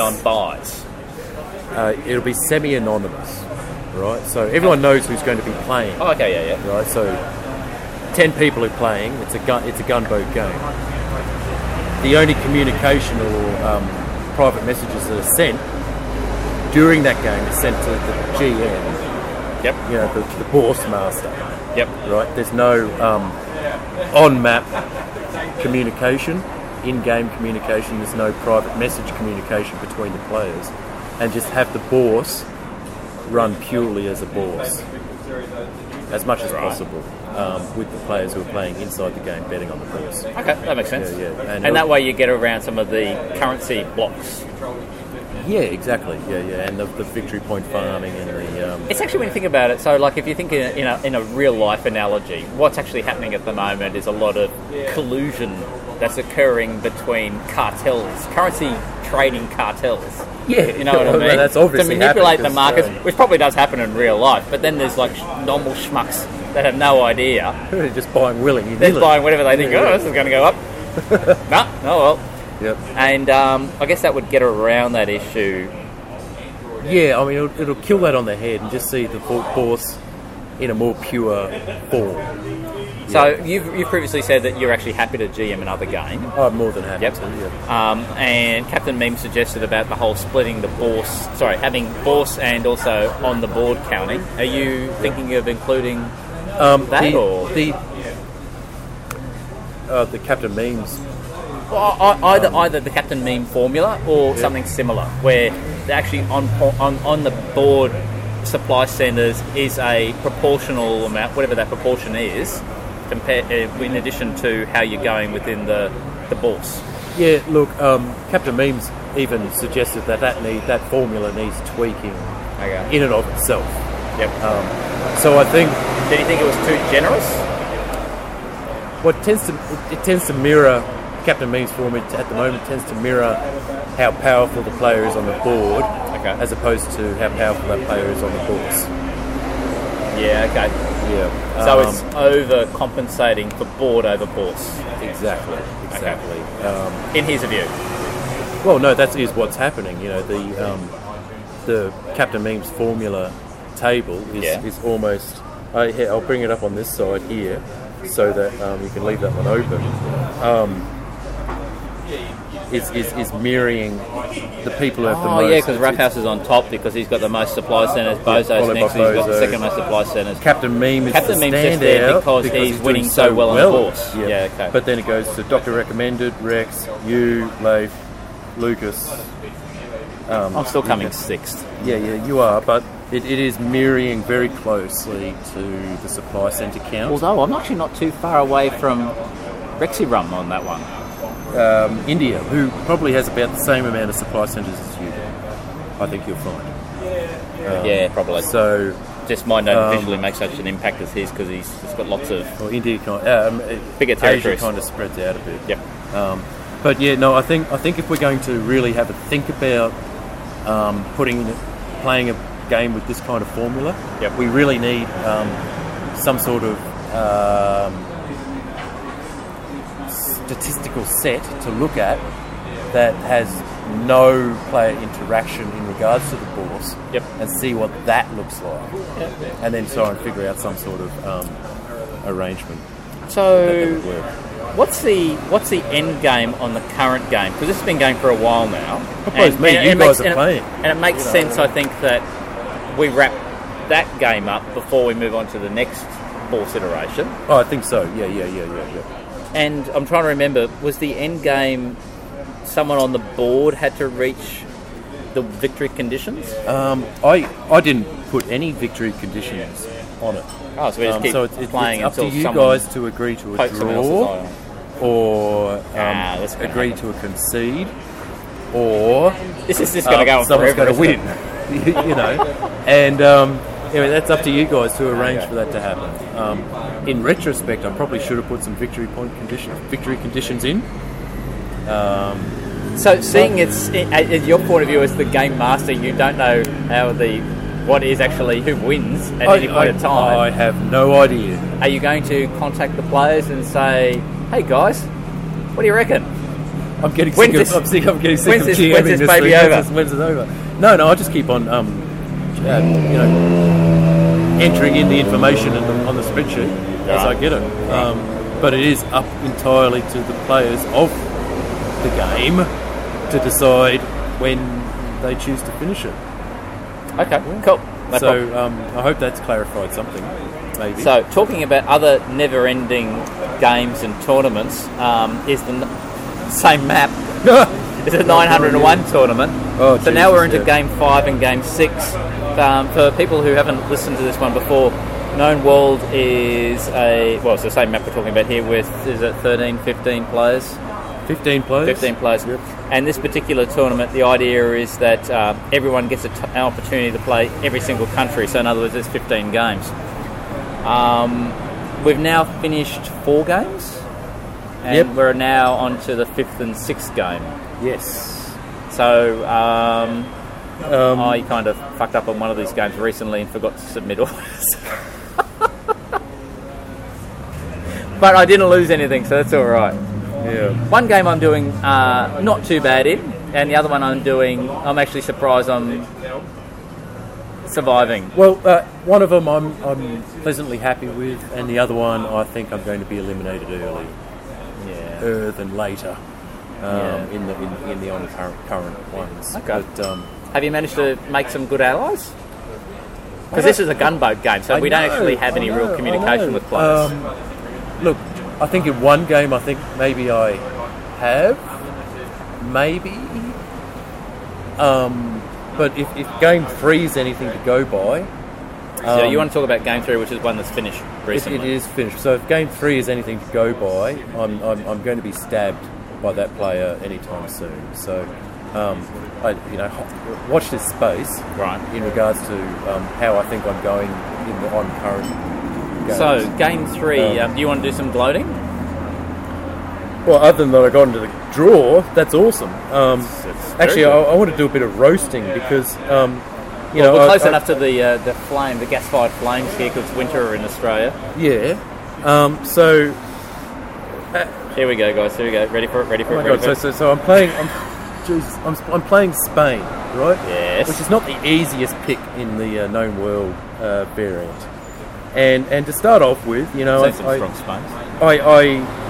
s- on buys. uh, it'll be semi-anonymous, right? So everyone knows who's going to be playing, Oh, okay, yeah, yeah. right? So ten people are playing. It's a gun. It's a gunboat game. The only communication or um, private messages that are sent during that game is sent to the GM, Yep, you know, the, the boss master, yep. right? There's no um, on-map communication, in-game communication. There's no private message communication between the players, and just have the boss run purely as a boss, as much as possible, um, with the players who are playing inside the game betting on the boss. Okay, that makes sense. Yeah, yeah. And, And that it'll- way you get around some of the currency blocks. Yeah, exactly. Yeah, yeah, and the, the victory point farming and the um, It's actually when you think about it. So, like, if you think in a, in a, in a real life analogy, what's actually happening at the moment is a lot of collusion that's occurring between cartels, currency trading cartels. Yeah. you know what [LAUGHS] I Well, mean. that's obviously to manipulate happened the markets, 'cause, uh, which probably does happen in real life. But then there's like sh- normal schmucks that have no idea. uh, [LAUGHS] just buying willing. You They're nil it. buying whatever they think. Yeah, Oh, yeah. this is going [LAUGHS] to go up. nah, oh well. Yep. And um, I guess that would get around that issue. Yeah, I mean, it'll, it'll kill that on the head and just see the bo- boss in a more pure form. So you've, you've previously said that you're actually happy to GM another game. I'm more than happy Yep. to. Yeah. Um, and Captain Meme suggested about the whole splitting the boss, sorry, having boss and also on the board counting. Are you thinking of including Um, that the, or- the uh, the Captain Memes. well, I- I- either either the Captain Meme formula or something similar, where they're actually on po- on on the board supply centres is a proportional amount, whatever that proportion is, compared uh, in addition to how you're going within the the bourse. Yeah, look, um, Captain Memes even suggested that that need that formula needs tweaking Okay. in and of itself. Yep. So I think uh, Did you think it was too generous? what tends to it tends to mirror Captain Memes form it at the moment tends to mirror how powerful the player is on the board, Okay. as opposed to how powerful that player is on the bourse. Yeah, okay. Yeah. So Um, it's overcompensating for board over bourse, Exactly. Exactly. Um, in his view. well, no, that is what's happening. You know, the um, the Captain Memes formula table is, Yeah. is almost. I, here, I'll bring it up on this side here, so that um, you can leave that one open. Um, is, is, is mirroring the people who have the Oh, most. yeah, because It's- Rap it's House is on top because he's got the most supply centres. Bozo's followed by next, and he's got the Bozo. second most supply centres. Captain Meme is Captain the Meme's just standout there because he's doing winning so well on the course. Yeah, okay. But then it goes to Doctor Recommended, Rex, you, Leif, Lucas, I'm still coming sixth. Yeah, yeah, you are, but it, it is mirroring very closely to the supply centre count. Although I'm actually not too far away from Rexy Rum on that one. Um, India, who probably has about the same amount of supply centres as you, I think you'll find. yeah, probably. Um, So, just mine don't um, visually make such an impact as his because he's just got lots of. well, India kind um, Bigger Asia territories. kind of spreads out a bit. Yep. Um, but yeah, no, I think I think if we're going to really have a think about um, putting playing a game with this kind of formula, Yep. we really need um, some sort of um, statistical set to look at that has no player interaction in regards to the bourse, Yep. and see what that looks like, and then try and figure out some sort of um, arrangement that, that So would work. What's the what's the end game on the current game? Because this has been going for a while now. suppose me and you it guys makes- are and it- playing. and it makes You know. sense. I think that we wrap that game up before we move on to the next boss iteration. Oh, I think so. Yeah, yeah, yeah, yeah, yeah. And I'm trying to remember: was the end game someone on the board had to reach the victory conditions? Um, I I didn't put any victory conditions on it. Oh, so we just Um, keep so it's, it's, playing it's up to until you someone guys to agree to a pokes someone else's draw, eye. or um, Ah, that's gonna agree to a concede, or This is just going to go on Um, someone's forever. to win. isn't [LAUGHS] it? you know, and um, anyway, that's up to you guys to arrange for that to happen. Um, in retrospect, I probably should have put some victory point condition, victory conditions in. So seeing it's i- i- in your point of view as the game master, you don't know how the what is actually who wins at any point in time. I have no idea. Are you going to contact the players and say, "Hey guys, what do you reckon?" I'm getting When's sick of. this- I'm sick. I'm getting sick when's of this- GMing when's this baby thing. When's over? this- When's it over? No, no. I just keep on, um, uh, you know, entering in the information in the, on the spreadsheet as I Right. get it. Um, but it is up entirely to the players of the game to decide when they choose to finish it. Okay, cool. No problem. so um, I hope that's clarified something. Maybe. So, talking about other never-ending games and tournaments, um, is the n- same map. [LAUGHS] It's a 901 tournament. Oh, so now we're into Jesus, game five and game six. Um, for people who haven't listened to this one before, Known World is a well, it's the same map we're talking about here. With is it 13, 15 players? 15 players. 15 players. And this particular tournament, the idea is that uh, everyone gets a t- an opportunity to play every single country. So, in other words, there's 15 games. Um, we've now finished four games, and Yep. we're now on to the fifth and sixth game. Yes. So, um, I kind of fucked up on one of these games recently and forgot to submit orders. but I didn't lose anything, so that's all right. Yeah. One game I'm doing uh, not too bad in, and the other one I'm doing, I'm actually surprised I'm surviving. Well, uh, one of them I'm, I'm pleasantly happy with, and the other one I think I'm going to be eliminated early, Yeah. er than later, um, Yeah. in the in, in the on current, current ones. Okay. But, um, Have you managed to make some good allies? Because this is a gunboat game, so I we don't know, actually have I any know, real I communication know. with players. Um, look, I think in one game, I think maybe I have, maybe. Um, but if, if game three is anything to go by, so you um, want to talk about game three, which is one that's finished it, recently. it is finished. So if game three is anything to go by, I'm, I'm, I'm going to be stabbed by that player anytime soon. So, um, I, you know, ho- watch this space Right. in regards to um, how I think I'm going in the on current. Games. So game three, um, do you want to do some gloating? Well, other than that, I got into the draw. That's awesome. Um, it's very actually, good. I, I want to do a bit of roasting because um, you know We're I- close I- enough to the uh, the flame, the gas-fired flames here, because it's winter in Australia. Yeah. Um, so, Here we go, guys. Here we go. Ready for it? Ready for oh it? my ready God, for so, it. so so I'm playing. I'm, Jesus, I'm sp- I'm playing Spain, right? Yes. Which is not the easiest pick in the uh, known world uh, variant. And and to start off with, you know, I, Send some I, strong space. I, I,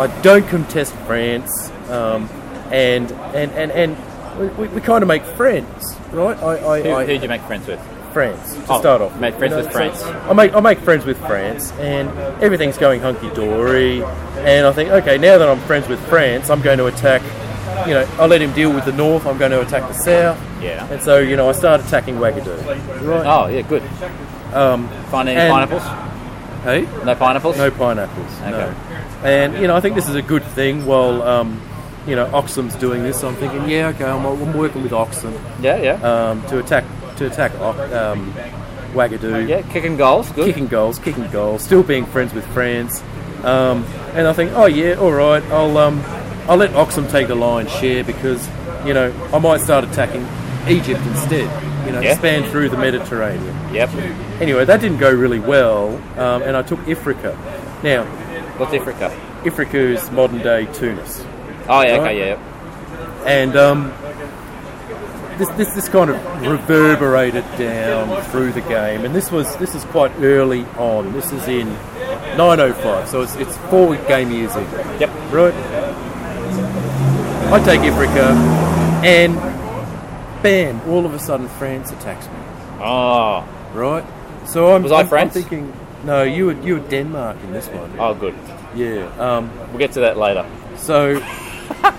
I don't contest France, um, and and and and we, we, we kind of make friends, right? I, Who, I, who I do you make friends with? France to Oh, start off. make with, friends you know, with so France. I make I make friends with France, and everything's going hunky dory. And I think, okay, now that I'm friends with France, I'm going to attack. You know, I'll let him deal with the north. I'm going to attack the south. Yeah. And so, you know, I start attacking Wagadoo. Right. Oh, yeah, good. Um, Find any and- pineapples? Hey. No pineapples? No pineapples. Okay. No. And you know, I think this is a good thing. While um, you know Oxum's doing this, I'm thinking, yeah, okay, I'm, I'm working with Oxum Yeah, yeah. um, to attack to attack Oc- um, Wagadoo, yeah, kicking goals, good. kicking goals, kicking goals, still being friends with France. Um, and I think, oh yeah, all right, I'll um, I'll let Oxum take the lion's share because you know I might start attacking Egypt instead. You know, Yeah. span through the Mediterranean. Yep. Anyway, that didn't go really well, um, and I took Ifrica. Now, What's Africa? Ifrica is modern day Tunis, Oh, yeah, Right. okay, yeah, yeah. and um, this, this this kind of reverberated down through the game, and this was this is quite early on. This is in 905, so it's it's four game years in. Yep. Right. I take Ifrica, and bam! All of a sudden, France attacks me. Oh, Right. So I'm Was I I'm- I'm France? thinking, no, you were you were Denmark in this one. oh, good. Yeah. Um, We'll get to that later. So,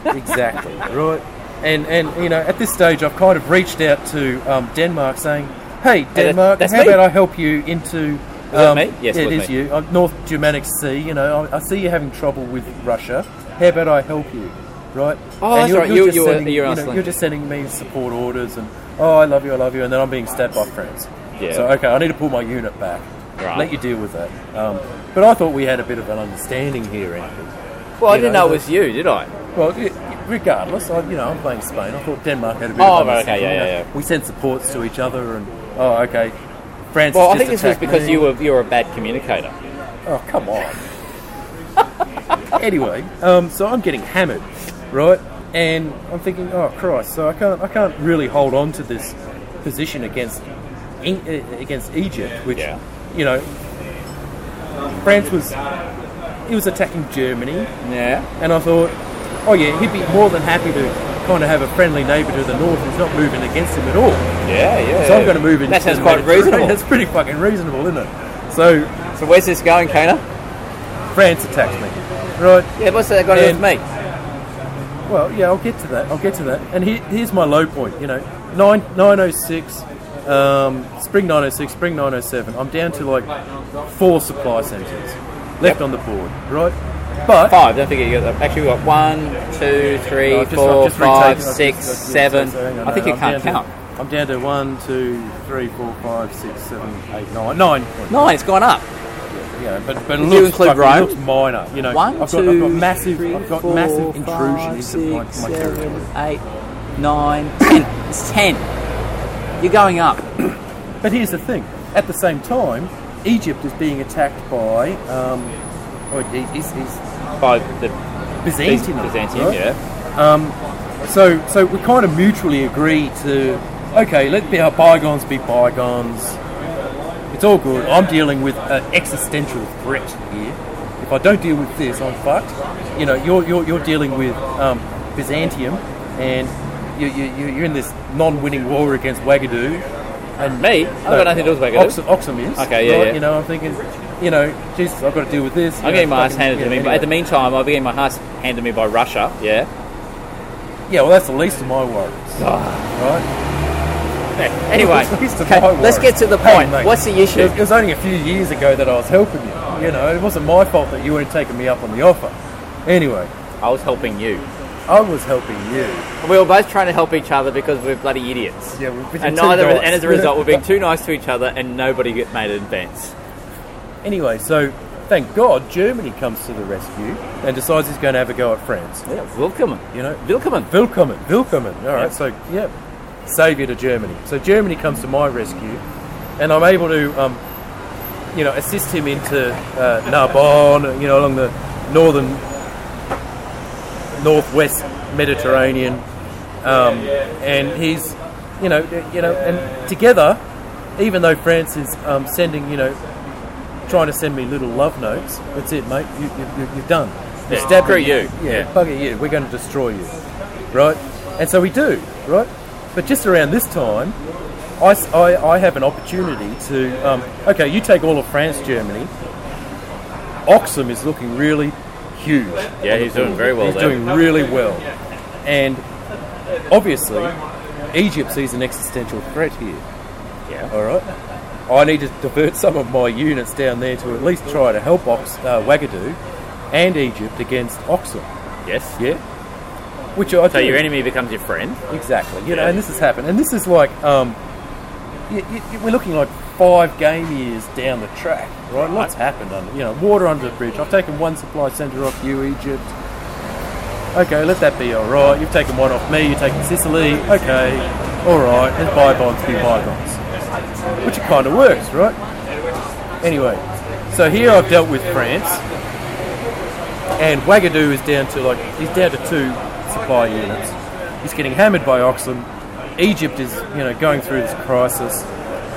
exactly right. And and you know, at this stage, I've kind of reached out to um, Denmark, saying, "Hey, Denmark, that's how me. about I help you into?" that me? Yes, yeah, it it was is me. you. Uh, North Germanic Sea. You know, I, I see you're having trouble with Russia. How about I help you? Right? Oh, that's right. You- just you were- sending, you were know, asking. you're just sending me support orders, and oh, I love you, I love you, and then I'm being stabbed by friends. Yeah. So okay, I need to pull my unit back. Right. Let you deal with that. Um, but I thought we had a bit of an understanding here, Andy. Well, I You didn't know, know it was you, did I? Well, it, regardless, I, you know, I'm playing Spain. I thought Denmark had a bit Oh, of fun okay, this time. yeah, yeah, You know, yeah. We sent supports to each other, and oh, okay. France. Well, I just think this was attacked because me. you were you were a bad communicator. Oh, come on. anyway, um, so I'm getting hammered, right? And I'm thinking, oh Christ! So I can't, I can't really hold on to this position against Eng- uh, against Egypt, which Yeah. you know, France was. It was attacking Germany, Yeah. and I thought, oh yeah, he'd be more than happy to kind of have a friendly neighbour to the north who's not moving against him at all. Yeah, yeah. So I'm going to move in. That [LAUGHS] sounds quite reasonable. That's pretty fucking reasonable, isn't it? So So where's this going, Kana? France attacks me, right? Yeah, what's that got to do with And- me? Well, yeah, I'll get to that. I'll get to that. And here, here's my low point. You know, nine nine oh six, um, spring nine oh six, spring nine oh seven. I'm down to like four supply centres left on the board, right? But Five. Don't forget you got that. Actually, we got one, two, three, No, I've just- I've four, just retaken- five, I've just- six, I've just- seven. so hang on, I think no, you I'm can't down count. To, I'm down to one, two, three, four, five, six, seven, eight, nine, nine. points. Nine. It's gone up. You know, but but it Did you looks, include fucking- Rome? it looks minor. You know, One, I've got, I've got two, massive, three, I've got four, massive intrusion five, into my, six, my seven, territory. eight, nine, ten. It's ten. You're going up. But here's the thing: at the same time, Egypt is being attacked by um, oh, he- he's, he's By the Byzantium. Byzantium, right? yeah. So, so we kind of mutually agree to okay, let be our bygones be bygones. It's all good. I'm dealing with an existential threat here. If I don't deal with this, I'm fucked. You know, you're you're, you're dealing with um, Byzantium, and you, you, you- you're in this non-winning war against Wagadu. And Me? I've got nothing to do with Oxum, Wagadu. Oxum is. Okay, yeah, right? yeah. You know, I'm thinking, you know, Jesus, I've got to deal with this. I'm getting my ass handed to me, but at the meantime, I'll be getting my ass handed to me by Russia. Yeah. Yeah, well, that's the least of my worries, Ah. right? [LAUGHS] Anyway, That's the least of okay, my let's get worries. to the Hey, point. mate, What's the issue? It it was only a few years ago that I was helping you. You know, it wasn't my fault that you weren't taking me up on the offer. Anyway, I was helping you. I was helping you. We were both trying to help each other because we're bloody idiots. Yeah, we're and too neither, nice. and as a result, [LAUGHS] we're being too nice to each other, and nobody get made an advance. Anyway, so thank God Germany comes to the rescue and decides he's going to have a go at France. Yeah, willkommen. You know, Willkommen. Willkommen, willkommen. All right, Yep. so yeah, saviour to Germany. So Germany comes to my rescue, and I'm able to, um, you know, assist him into uh, Narbonne, you know, along the northern, northwest Mediterranean, um, and he's, you know, you know, and together, even though France is um, sending, you know, trying to send me little love notes, that's it, mate. You, you, you, you've done. Yeah, You've stabbed screw me. you. Yeah. yeah, bugger you, we're going to destroy you, right? And so we do, right? But just around this time, I, s- I- I have an opportunity to, um, okay, you take all of France, Germany. Oxum is looking really huge. Yeah, he's doing very well He's there. doing really well. And obviously, Egypt sees an existential threat here. Yeah. All right. I need to divert some of my units down there to at least try to help Ox, uh, Wagadu and Egypt against Oxum. Yes. Yeah. Which I So do. your enemy becomes your friend. exactly. You know, Yeah. and this has happened, and this is like um, y y we're looking like five game years down the track, right? Lots happened under you know water under the bridge. I've taken one supply centre off you, Egypt. Okay, let that be all right. You've taken one off me. You've taken Sicily. Okay, all right. Let bygones be bygones, which it kind of works, right? Anyway, so here I've dealt with France, and Wagadu is down to like he's down to two supply units. He's getting hammered by Oxlem. Egypt is you know going through this crisis,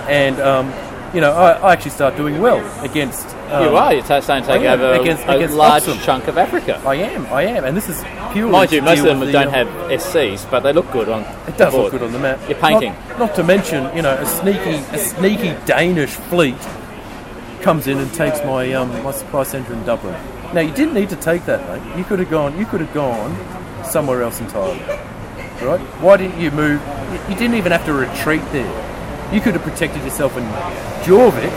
and um, you know I, I actually start doing well against. Um, you are. You're t- starting to take yeah, over against- a against large Oxum. chunk of Africa. I am, I am, and this is purely. Mind to you, most of deal them with the, don't um, have SCs, but they look good on. It does the look board. good on the map. You're painting. Not, not to mention, you know, a sneaky, a sneaky Danish fleet comes in and takes my um, my supply centre in Dublin. Now you didn't need to take that, mate. You could have gone. You could have gone somewhere else entirely, right? Why didn't you move? you- You didn't even have to retreat there. You could have protected yourself in Jorvik,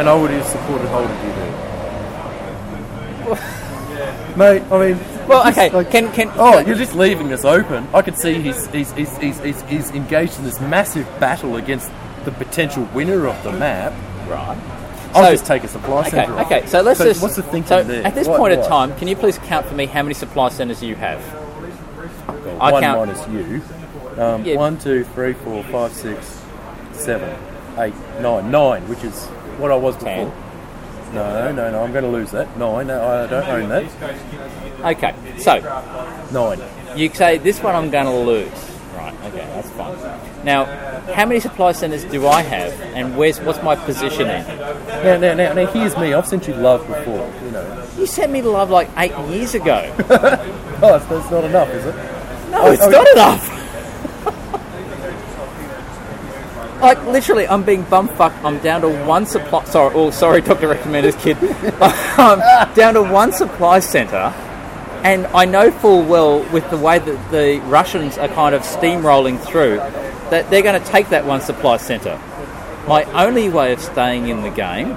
and I would have supported holding you there. [LAUGHS] Mate, I mean, Well, just okay. like- Can can Oh, you're just leaving this open. I could see he's he's, he's, he's, he's, he's engaged in this massive battle against the potential winner of the map. right. So- I'll just take a supply Okay, centre off. okay. So let's So just. what's the thinking so there? At this What- point in what? time, can you please count for me how many supply centres you have? Well, I one count- minus you. Um, Yeah. One, two, three, four, five, six, seven, eight, nine. Nine, which is what I was before. Ten. No, no, no. I'm going to lose that. Nine. No, I don't own that. Okay, so Nine. you say this one I'm going to lose. Right. Okay, that's fine. Now, how many supply centres do I have, and where's what's my position in? Now, now, now, now. Here's me. I've sent you love before. You know. You sent me to love like eight years ago. Oh, that's, that's not enough, is it? No, it's oh, not enough. [LAUGHS] like literally, I'm being bumfucked. I'm down to one supply. Sorry, oh, sorry, Doctor Recommenders kid. [LAUGHS] I'm down to one supply center, and I know full well with the way that the Russians are kind of steamrolling through that they're going to take that one supply center. My only way of staying in the game,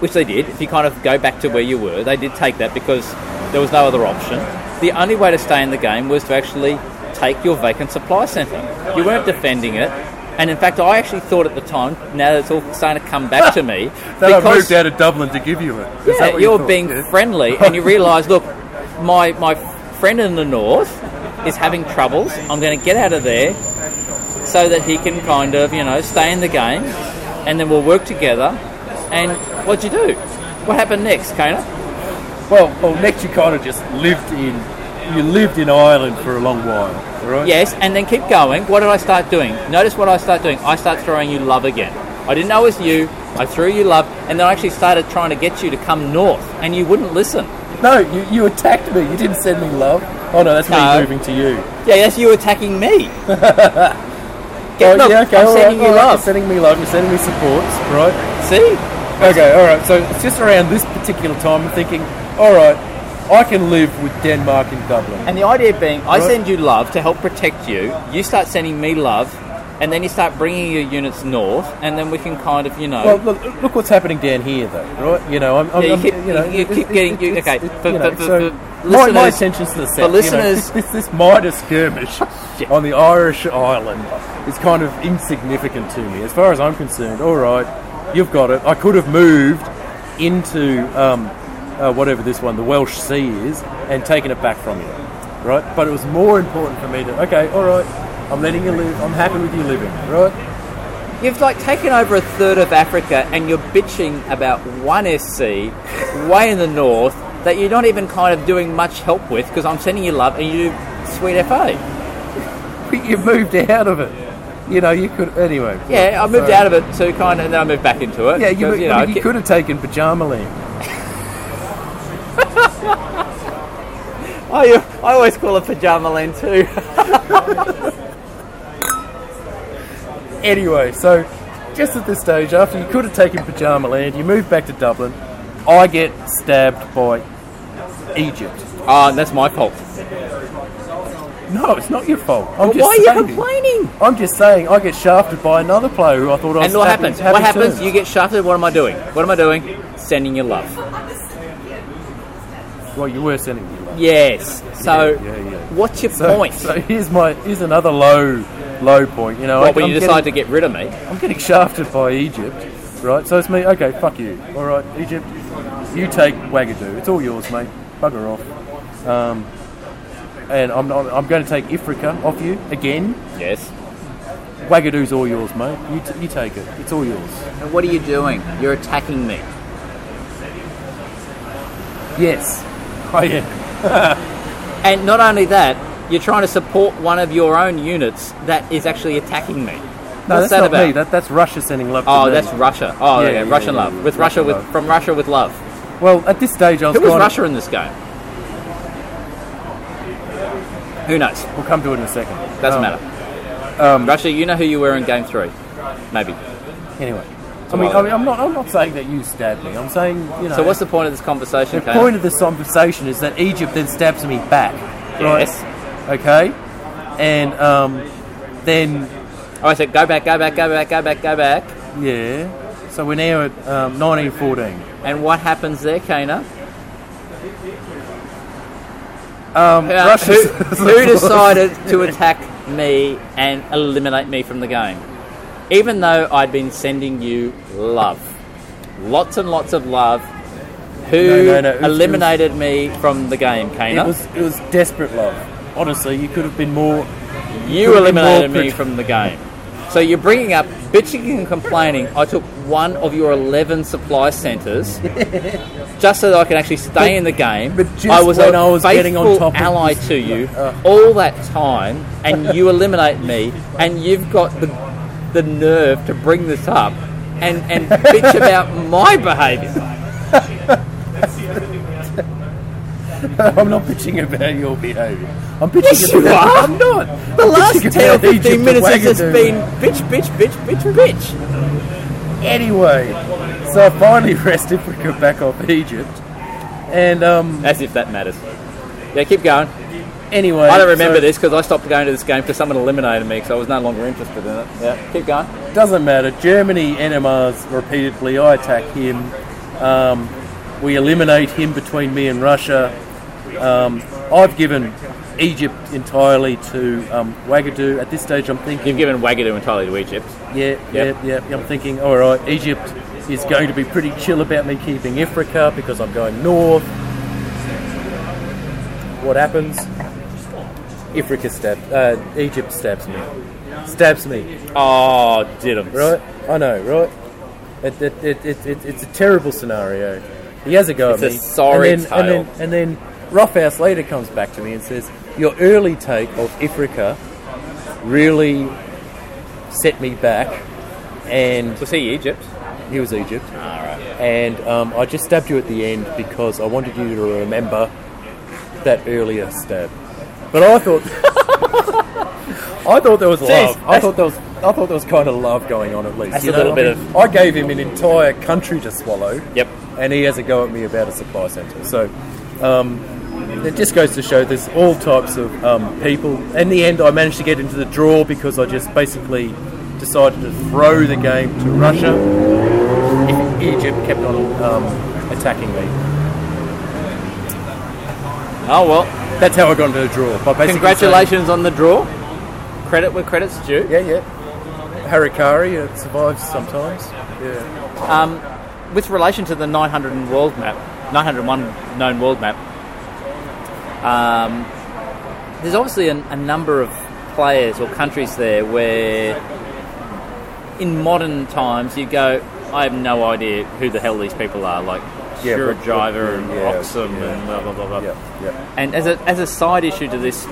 which they did, if you kind of go back to where you were, they did take that because there was no other option. The only way to stay in the game was to actually take your vacant supply centre. You weren't defending it. And in fact, I actually thought at the time, now that it's all starting to come back [LAUGHS] to me, That I moved out of Dublin to give you it. Is yeah, that what you you're thought? being Yeah. friendly, and you realise, look, my my friend in the north is having troubles. I'm going to get out of there so that he can kind of you know stay in the game, and then we'll work together. And what'd you do? What happened next, Kana? Well, well, next you kind of just lived in, you lived in Ireland for a long while, all right? Yes, and then keep going. What did I start doing? Notice what I start doing. I start throwing you love again. I didn't know it was you. I threw you love, and then I actually started trying to get you to come north, and you wouldn't listen. No, you, you attacked me. You didn't send me love. Oh no, that's No. me moving to you. Yeah, that's you attacking [LAUGHS] me. Oh, Get, look, yeah, okay, I'm all sending right, you all right, love. You're sending me love. You're sending me supports, right? See? Okay, all right. So it's just around this particular time. I'm thinking, all right, I can live with Denmark and Dublin. And the idea being, I Right. send you love to help protect you. You start sending me love, and then you start bringing your units north, and then we can kind of, you know. Well, look, look what's happening down here, though, right? You know, I'm, I'm, Yeah, you I'm- keep- know, you keep it- it- getting- you- it's- okay, it- for- you know, for- so for- for my, my listeners- attention's to the set. for you know, listeners- this, this, this minor skirmish Yeah. on the Irish island is kind of insignificant to me, as far as I'm concerned. All right, you've got it. I could have moved into um, uh, whatever this one, the Welsh Sea, is, and taken it back from you, right? But it was more important for me to. Okay, all right, I'm letting you live. I'm happy with you living, right? You've like taken over a third of Africa, and you're bitching about one SC way in the north that you're not even kind of doing much help with because I'm sending you love, and you do sweet FA. You moved out of it. You know, you could anyway. Yeah, I moved Sorry. out of it to kind of, and then I moved back into it. Yeah, you, 'cause, you, know, you ki- could have taken pajama land. I, I always call it pajama land too. Anyway, so just at this stage, after you could have taken pajama land, you moved back to Dublin. I get stabbed by Egypt. Ah, that's my fault. No, it's not your fault. I'm But just why are you saying- complaining? I'm just saying I get shafted by another player who I thought I was And what happy- happens? happy What happens? terms. You get shafted. What am I doing? What am I doing? Sending you love. well, you were sending me. love. Yes. So, yeah, yeah. what's your So, [LAUGHS] point? so here's my here's another low low point. You know, well, I, when I'm you getting- decide to get rid of me, I'm getting shafted by Egypt, right? So it's me. Okay, fuck you. All right, Egypt, you take Wagadu. It's all yours, mate. Bugger off. Um, and I'm, I'm, I'm going to take Ifrika off you again. yes. Wagadu's all yours, mate. You, t- you take it. It's all yours. And what are you doing? You're attacking me. [LAUGHS] Yes. I am. And not only that, you're trying to support one of your own units that is actually attacking me. No, what's that's that not about? me. That, that's Russia sending love. Oh, to me. that's Russia. Oh, Yeah, okay, yeah, Russian yeah, love yeah, with Russia Russian with love. from Russia with love. well. At this stage, I was Who was kind of- Russia in this game? Who knows? we'll come to it in a second. Doesn't Um, matter. Russia, you know who you were in game three. Maybe. Anyway, I mean, I mean, I'm not. I'm not saying that you stabbed me. I'm saying you know. So, what's the point of this conversation, The Kane? point of this conversation is that Egypt then stabs me back. Yes. Right? Okay. And um, then Oh, I said go back, go back, go back, go back, go back. yeah. So we're now at um, 1914. And what happens there, Kana? Um, Uh, Russia. who, [LAUGHS] who decided to attack me and eliminate me from the game? Even though I'd been sending you love. lots and lots of love. No, Who no, no, it was- it was- eliminated me from the game, Kana? It was it was desperate love. Honestly, you could have been more. [LAUGHS] you could've been eliminated more me pret- from the game. So you're bringing up bitching and complaining. I took one of your 11 [LAUGHS] supply centres just so that I could actually stay in the game. but just I was when a I was getting on faithful top of ally this- to you Uh. all that time, [LAUGHS] and you eliminate me, and you've got the the nerve to bring this up and and bitch about [LAUGHS] my behaviour. I'm not bitching about your behaviour. I'm bitching Yes, about you are. I'm not. The last Bitching 10 or about 15 Egypt, minutes the has just Wagadu. been bitch, bitch, bitch, bitch, bitch. Anyway, so I finally [LAUGHS] rested. We got back off Egypt, and um. As if that matters. Yeah, keep going. Anyway, I don't remember so this because I stopped going to this game because someone eliminated me because I was no longer interested in it. Yeah, keep going. Doesn't matter. Germany NMRs repeatedly. I attack him. Um, we eliminate him between me and Russia. Um, I've given Egypt entirely to um, Wagadu. At this stage, I'm thinking. You've given Wagadu entirely to Egypt. Yeah, Yep. yeah, yeah. I'm thinking, all right, Egypt is going to be pretty chill about me keeping Africa because I'm going north. What happens? Africa stab, uh, Egypt stabs me, stabs me. Oh, did him. Right? I know, right? It, it, it, it, it, it's a terrible scenario. He has a go It's at a me. sorry and then, tale. And then, and then Roughhouse later comes back to me and says, Your early take of Ifrika really set me back. And Was he Egypt? he was Egypt. Alright. And um, I just stabbed you at the end because I wanted you to remember that earlier stab. But I thought. [LAUGHS] I thought there was love. I that's- thought there was. I thought there was kind of love going on at least. That's you a know little what I bit mean? I gave him an entire country to swallow. Yep. And he has a go at me about a supply centre. So um, it just goes to show there's all types of um, people. In the end, I managed to get into the draw because I just basically decided to throw the game to Russia. Egypt kept on um, attacking me. Oh, well. That's how I got into the draw. By basically Congratulations on the draw. Credit where credit's due. saying- yeah, yeah. Harikari, it survives sometimes. Yeah. Um, with relation to the 900 and world map, 901 known world map, um, there's obviously an, a number of players or countries there where, in modern times, you go, I have no idea who the hell these people are, like Yeah, Shura but- but- Driver and yeah, Oxum yeah. and blah blah blah blah. Yeah, yeah. And as a, as a side issue to this,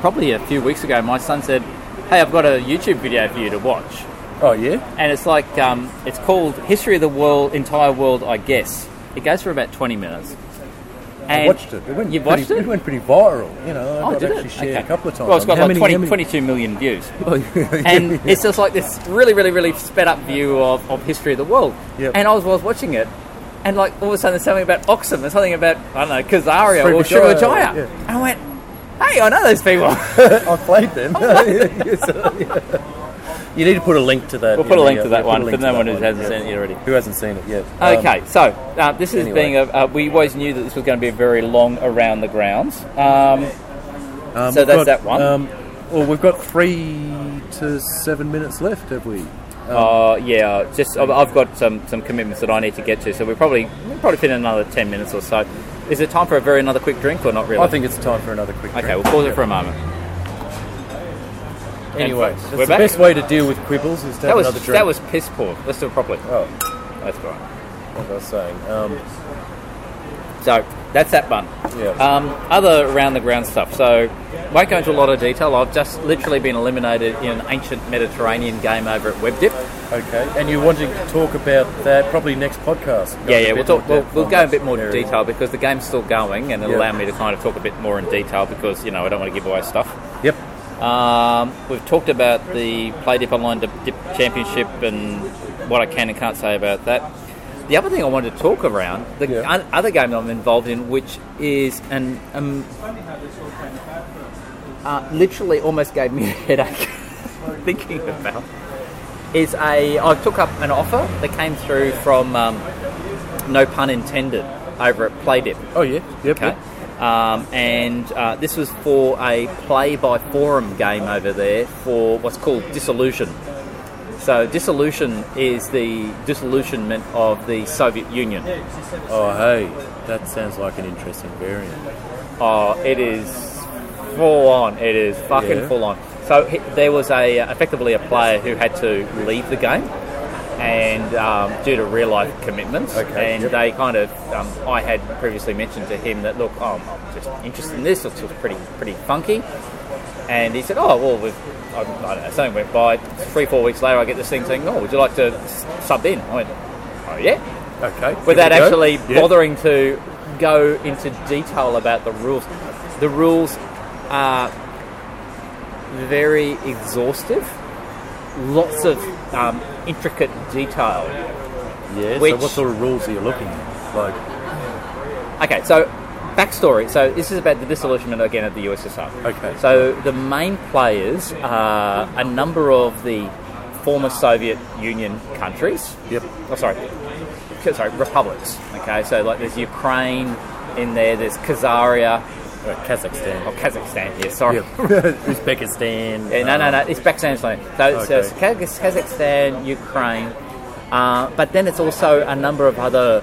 probably a few weeks ago, my son said, Hey, I've got a YouTube video for you to watch Oh, yeah? and it's like um, it's called History of the World, Entire World, I guess. It goes for about twenty minutes. And I watched it. It went You pretty, watched it? went pretty viral. You know, Oh, I've did actually it? shared Okay. a couple of times. Well, it's got How like many- 20, how many- 22 million views, Oh, [LAUGHS] yeah, and yeah. it's just like this really, really, really sped up view of, of history of the world. Yep. And I was, I was watching it, and like all of a sudden, there's something about Oxum, there's something about I don't know Kazaria or Srivijaya, Srivijaya, yeah. and I went, Hey, I know those people. I played [LAUGHS] them. Yes, yeah. You need to put a link to that. we'll put a in link the, to uh, that yeah, put a one for link no to one that who hasn't yeah. seen it already. Who hasn't seen it yet? Um, Okay, so uh, this is anyway. being a. Uh, we always knew that this was going to be a very long around the grounds. Um, um, so we've that's got, that one. Um, well, we've got three to seven minutes left, have we? uh, yeah, just I've, I've got some, some commitments that I need to get to, so we probably we'll probably fit in another ten minutes or so. Is it time for a very another quick drink or not really? I think it's time for another quick. Okay, drink. we'll pause it for a moment. Anyway, folks, that's we're the back. best way to deal with quibbles is to That have was another drink. that was piss poor. Let's do it properly. Oh, That's all right. what was I saying? Um, So that's that one. Yeah. Um, other round the ground stuff. So won't go into a lot of detail. I've just literally been eliminated in an ancient Mediterranean game over at WebDip. okay, and you're wanting to talk about that probably next podcast. Go Yeah, into yeah, a we'll bit talk. more We'll, depth we'll on go in a that bit more area. detail because the game's still going, and it'll Yeah. allow me to kind of talk a bit more in detail because you know I don't want to give away stuff. Yep. Um, we've talked about the Play Dip Online Dip, Dip Championship and what I can and can't say about that. The other thing I wanted to talk around the Yeah. un- other game that I'm involved in, which is an um, uh, literally almost gave me a headache [LAUGHS] thinking about is a I took up an offer that came through from um, no pun intended over at Playdip. Oh yeah. Yep. Okay. Um, and uh, this was for a play by forum game over there for what's called Disillusion. So dissolution is the disillusionment of the Soviet Union. Oh, hey, that sounds like an interesting variant. Oh, it is full on. It is fucking Yeah. full on. So he, there was a uh, effectively a player who had to leave the game, and um, due to real life commitments, Okay, and yep. they kind of um, I had previously mentioned to him that look, oh, I'm just interested in this. It looks pretty pretty funky, and he said, oh well, we've, I, I don't know, something went by. Three four weeks later, I get this thing saying, oh, would you like to s- sub in? I went, oh yeah Okay. give without it a go. actually Yeah. bothering to go into detail about the rules. The rules are very exhaustive, lots of um, intricate detail. Yeah, which- so what sort of rules are you looking at? Like, Okay, so backstory. So this is about the disillusionment again of the USSR. Okay. So the main players are a number of the former Soviet Union countries. yep. oh, sorry, K- sorry, republics. Okay, so like there's Ukraine in there, there's Khazaria, Uh, Kazakhstan. [LAUGHS] or Kazakhstan. Yeah, sorry. Yep. [LAUGHS] Uzbekistan. Yeah, no, no, um, no. It's Kazakhstan's land. So, so it's Okay. Kaz- Kazakhstan, Ukraine, uh, but then it's also a number of other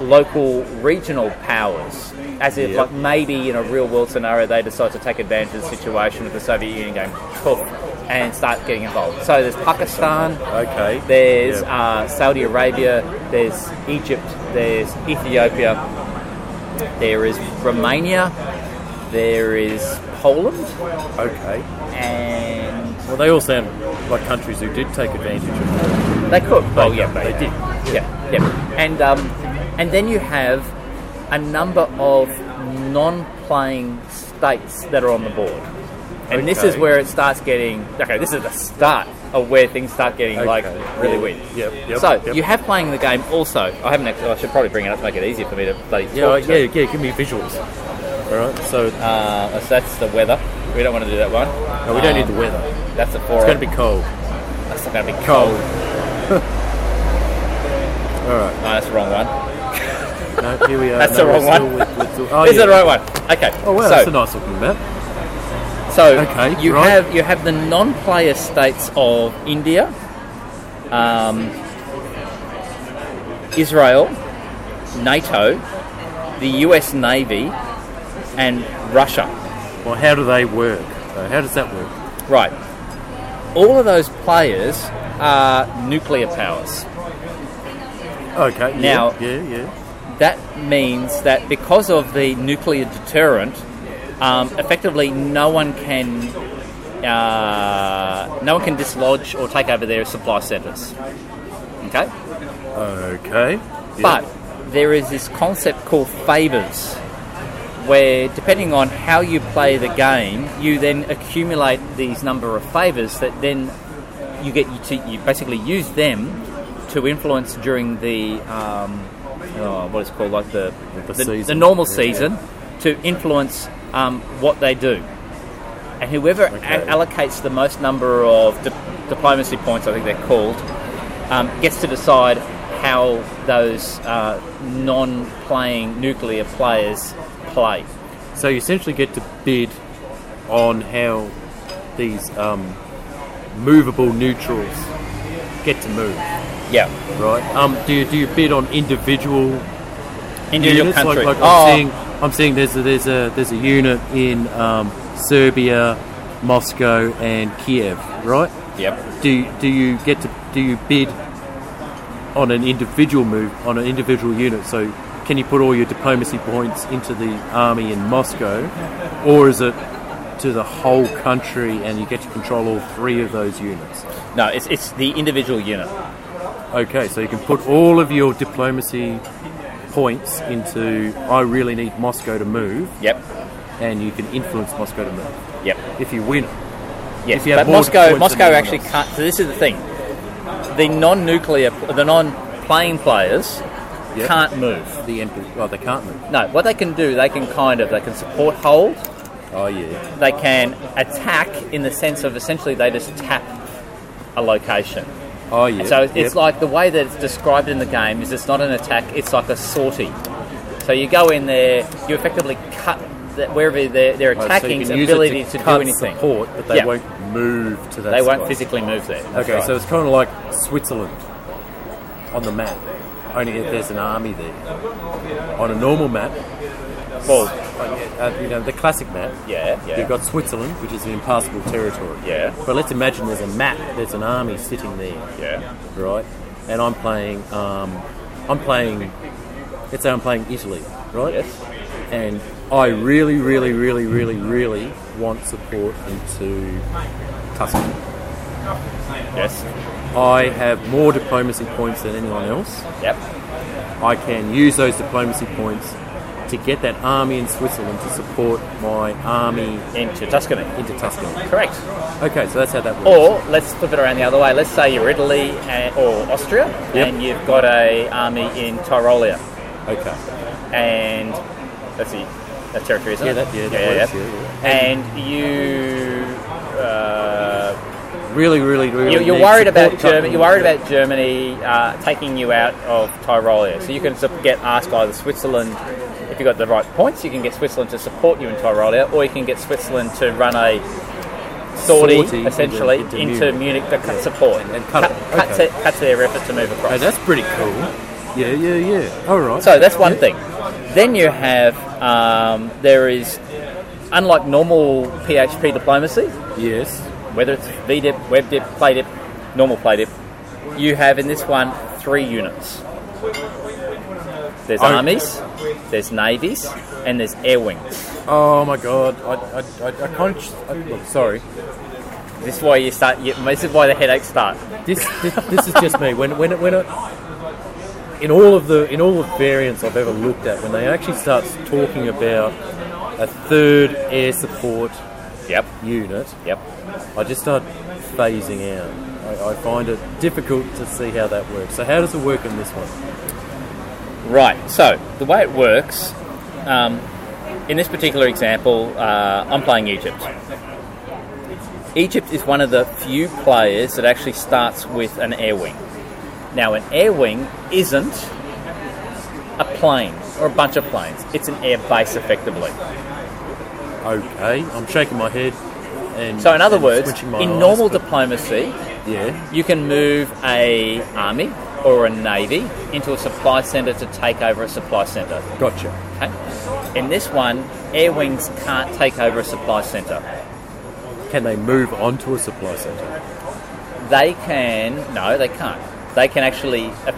local regional powers. As if, Yep. like, maybe in a real world scenario, they decide to take advantage of the situation with the Soviet Union going, cool, and start getting involved. So there's Pakistan, Okay. there's Yeah. uh, Saudi Arabia, there's Egypt, there's Ethiopia, there is Romania, there is Poland, uh, okay. and Well, they all sound like countries who did take advantage of war. they could. Well, yeah, they did. Yeah, yeah, and um, and then you have a number of non-playing states that are on the board, and this is Okay. where it starts getting okay. This is the start of where things start getting [LAUGHS] like Okay. really Yeah. weird. Yep, yep, so yep. you have playing the game also. I haven't. Actually, I should probably bring it up to make it easier for me to play. Yeah, like, yeah, yeah, give me visuals. All right, so Uh, so that's the weather. We don't want to do that one. no, we don't need Um, the weather. That's the four. It's going to be cold. That's not going to be cold. Cold. All right. No, that's the wrong one. No, here we are. That's No, the wrong we're one. still With, with the, oh, Is yeah. it the right one? Okay. Oh, wow, So- that's a nice looking map. So Okay, you right. have you have the non-player states of India, um, Israel, NATO, the U.S. Navy, and Russia. Well, how do they work? Uh, how does that work? Right. All of those players are nuclear powers. Okay. yeah, Now- yeah, yeah. That means that because of the nuclear deterrent, um, effectively no one can uh, no one can dislodge or take over their supply centres. Okay, Okay. yeah. but there is this concept called favours, where depending on how you play the game, you then accumulate these number of favours that then you get you to you basically use them to influence during the um, oh, what is it called like the The the, the season. normal Yeah. season to influence um, what they do. And whoever Okay. a- allocates the most number of di- diplomacy points, I think they're called, um, gets to decide how those uh, non-playing nuclear players play. So you essentially get to bid on how these um, movable neutrals get to move, Yeah, right? Um, do you do you bid on individual individual units? Like- country. Oh. Like, I'm seeing, I'm seeing there's a, there's a there's a unit in um, Serbia, Moscow, and Kiev, right? yep. Do you- do you get to do you bid on an individual move on an individual unit? So can you put all your diplomacy points into the army in Moscow, or is it to the whole country and you get to control all three of those units? No, it's it's the individual unit. Okay, so you can put all of your diplomacy points into I really need Moscow to move, Yep, and you can influence Moscow to move yep. if you win. it. Yes, If you have but more points Moscow, than Moscow anyone actually else. can't. So this is the thing: the non-nuclear, the non-playing players Yep. can't move. The MP, well, they can't move. No, what they can do, they can kind of, they can support hold, Oh yeah. they can attack in the sense of essentially they just tap a location. Oh yeah. So it's Yep. like the way that it's described in the game is it's not an attack; it's like a sortie. So you go in there, you effectively cut that wherever they're, they're Oh, so you attacking can use it ability to, do cut anything. Support, but they Yeah. won't move to that. They won't spot. physically move there. That's Okay, right. so it's kind of like Switzerland on the map, only if there's an army there. On a normal map, well, uh, you know, the classic map, yeah, yeah, you've got Switzerland, which is an impassable territory. Yeah. But let's imagine there's a map, there's an army sitting there, yeah, right? And I'm playing, um, I'm playing, let's say I'm playing Italy, right? yes, And I really, really, really, really, really want support into Tuscany. yes, I have more diplomacy points than anyone else. yep, I can use those diplomacy points to get that army in Switzerland to support my army into Tuscany. into Tuscany. Correct. Okay, so that's how that works. Or let's flip it around the other way. Let's say you're Italy and, or Austria, Yep. and you've got a army in Tyrolia, okay. and that's the that territory, isn't Yeah, it? that- yeah, that works, yeah, yeah. And you. Uh, Really, really, really. You're, you're need worried support about Germany. company. You're worried about Germany uh, taking you out of Tyrolia, so you can sup- get asked either Switzerland, if you've got the right points, you can get Switzerland to support you in Tyrolia, or you can get Switzerland to run a sortie, Sortie into- essentially into into, Munich. Munich. that cut support and cut it. cut, Okay. to, cut to their effort to move across. Oh, that's pretty cool. Yeah, yeah, yeah. All right. So that's one thing. Then you have um, there is unlike normal PHP diplomacy, Yes. whether it's VDIP, WebDIP, PlayDIP, normal PlayDIP, you have in this one three units. There's Oh. armies, there's navies, and there's air wings. Oh my god. I, I, I, I can't. sh- I, look, sorry. This is why you start. You, this is why the headaches start. This, this this is just me. When when it, when it, in all of the in all the variants I've ever looked at, when they actually start talking about a third air support Yep. unit, Yep. I just start phasing out. I, I find it difficult to see how that works. So how does it work in this one? Right. So the way it works, um, in this particular example, uh, I'm playing Egypt. Egypt is one of the few players that actually starts with an air wing. Now, an air wing isn't a plane or a bunch of planes. It's an air base, effectively. Okay, I'm shaking my head. And So, in other and words, switching my in eyes, normal but- diplomacy, yeah, you can move a army or a navy into a supply center to take over a supply center. gotcha. Okay. In this one, air wings can't take over a supply centre. Can they move onto a supply center? They can, no, they can't. They can actually uh,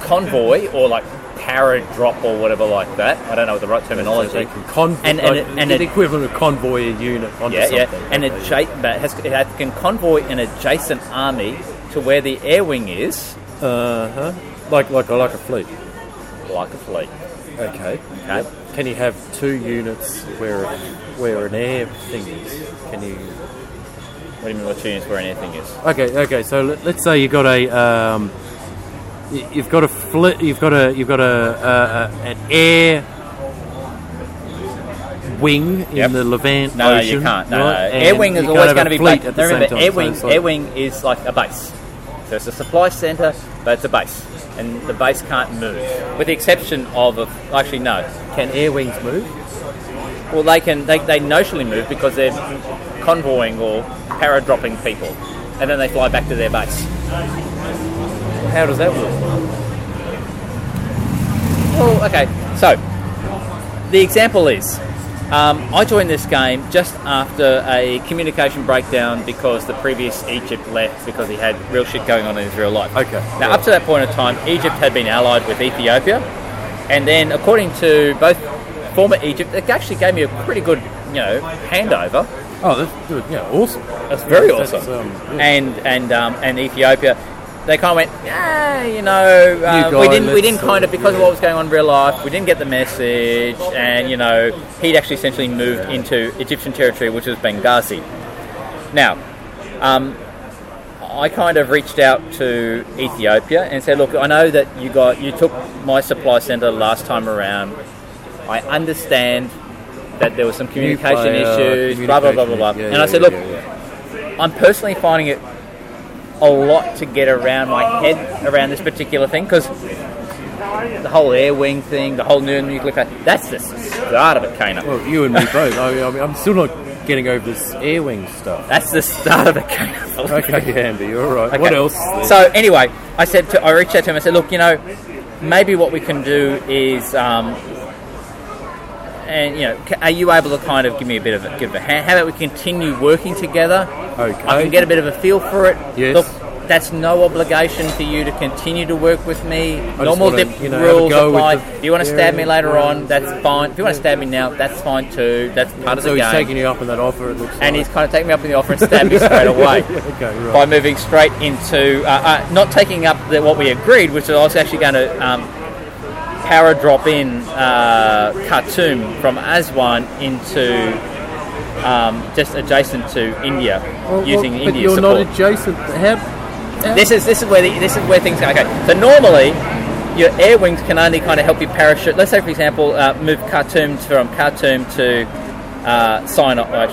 convoy or like para drop or whatever like that. I don't know what the right terminology. So they can convoy and and, it- and the it, equivalent of convoy a unit onto yeah, something. yeah, and Okay. adja- but has, it has- can convoy an adjacent army to where the air wing is, Uh huh. Like like like a fleet. like a fleet. Okay. Okay. Can you have two units where where an air thing is? Can you? What do you mean? What tunes where anything is? Okay. Okay. So let, let's say you got a um, y- you've got a fleet. You've got a you've got a, a, a an air wing in Yep. the Levant No, no, Ocean. you can't. No, right? no. And Air wing is you always can't going to have a be fleet ba- at the no, same remember, time. air So wing. it's like- Air wing is like a base. So it's a supply center, but it's a base, and the base can't move, with the exception of a, actually no. Can air wings move? Well, they can they, they notionally move because they're convoying or para dropping people, and then they fly back to their base. How does that work? Well, Oh, okay. So the example is. Um, I joined this game just after a communication breakdown because the previous Egypt left because he had real shit going on in his real life. Okay. Now, up to that point in time, Egypt had been allied with Ethiopia, and then, according to both former Egypt, it actually gave me a pretty good, you know, handover. Oh, that's good. Yeah, awesome. That's very That's, awesome. um, yeah. And and um, and Ethiopia, they kind of went, yeah, you know, uh, New we guy, didn't we let's, didn't kind uh, of because of yeah. what was going on in real life, we didn't get the message, and you know, he'd actually essentially moved into Egyptian territory, which was Benghazi. Now, um, I kind of reached out to Ethiopia and said, look, I know that you got you took my supply center last time around. I understand that there were some communication Nuclear issues, blah blah blah blah blah. uh, communication- yeah, and yeah, I said, yeah, look, yeah. I'm personally finding it a lot to get around my head around this particular thing because the whole air wing thing, the whole new nuclear fa- That's the start of it, Kano. Well, you and me both. I mean, I mean, I'm still not getting over this air wing stuff. That's the start of it, Kano. [LAUGHS] Okay, Andy, you're all right. [LAUGHS] Okay. What else? is there? So anyway, I said to, I reached out to him. I said, look, you know, maybe what we can do is, um, and you know, ca- are you able to kind of give me a bit of a, give a hand? How about we continue working together? Okay. I can get a bit of a feel for it. Yes. Look, that's no obligation for you to continue to work with me. just Normal wanna, dip you know, have a rules go with apply. the- if you want to stab me Yeah, later yeah. on, that's fine. If you want to stab me now, that's fine too. That's part of so the he's game. taking you up on that offer. It looks and like. he's kind of taking me up in the offer and stabbed [LAUGHS] me straight away okay, right. by moving straight into uh, uh, not taking up the, what we agreed, which is I was actually going to um, power drop in uh, Khartoum from Aswan into um, just adjacent to India, using well, India But you're support. not adjacent. How, how- This is this is where the, this is where things go. Okay, so normally your air wings can only kind of help you parachute. Let's say, for example, uh, move Khartoum from Khartoum to uh, Sinai. Uh,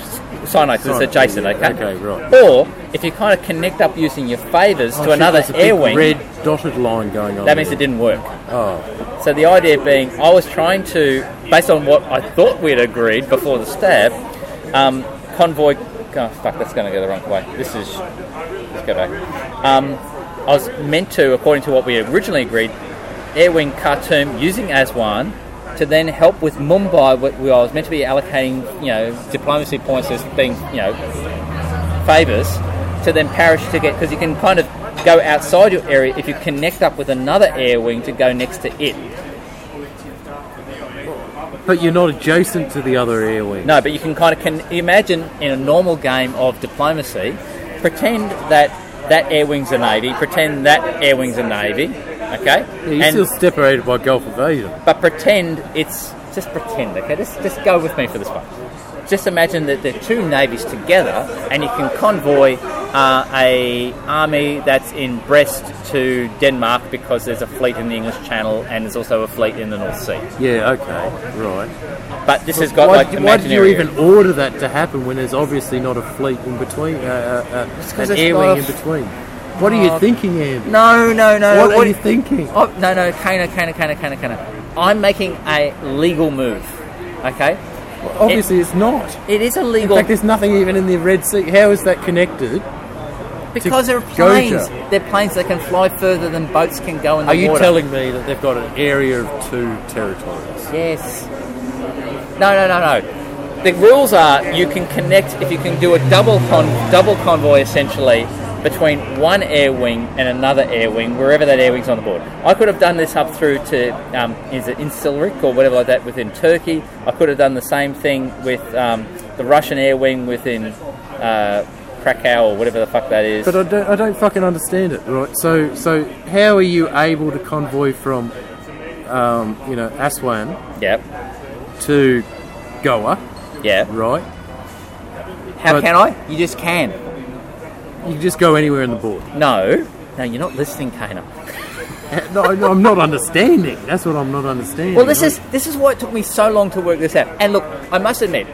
Sinai, because Sinai, it's adjacent. yeah, Okay. okay, right. Or if you kind of connect up using your favors Oh, to shit, another there's a air big wing, Red dotted line going on. that means there. it didn't work. Oh, So the idea being, I was trying to, based on what I thought we'd agreed before the stab, um, convoy. Oh fuck, that's going to go the wrong way. This is. Let's go back. Um, I was meant to, according to what we originally agreed, air wing Khartoum using Aswan to then help with Mumbai, wh- where I was meant to be allocating, you know, diplomacy points as being, you know, favours to then parachute to get because you can kind of go outside your area if you connect up with another air wing to go next to it. but you're not adjacent to the other air wing. No, but you can kind of can imagine in a normal game of diplomacy, pretend that that air wing's a navy, pretend that air wing's a navy, okay? Yeah, you're and, still separated by Gulf of Aden. but pretend it's just pretend, okay? Just just go with me for this one. Just imagine that they're two navies together, and you can convoy uh, a army that's in Brest to Denmark because there's a fleet in the English Channel and there's also a fleet in the North Sea. Yeah, okay, right. But this has got why, like did- why imaginary. did you even order that to happen when there's obviously not a fleet in between, uh, uh, uh, 'cause an it's air not wing a in f- between? What are you Oh. thinking, Andy? No, no, no. uh, what, are you thinking? Oh no no Kana Kana Kana Kana Kana. I'm making a legal move. Okay? Obviously, it's not. It is a In legal fact, there's nothing even in the Red Sea. How is that connected? because there are Goja. planes. They're planes that can fly further than boats can go in the Are you water. telling me that they've got an area of two territories? Yes. No, no, no, no. The rules are you can connect if you can do a double con double convoy essentially between one air wing and another air wing wherever that air wing's on the board. I could have done this up through to um, is it Incirlik or whatever like that within Turkey. I could have done the same thing with um, the Russian air wing within uh, Krakow or whatever the fuck that is. But I don't, I don't fucking understand it, right? So, so how are you able to convoy from, um, you know, Aswan yep. to Goa, Yeah. right? How But- can I? You just can. You can just go anywhere in the board. No. No, you're not listening, Kana. No, no, I'm not understanding. That's what I'm not understanding. Well, this is this is why it took me so long to work this out. And look, I must admit,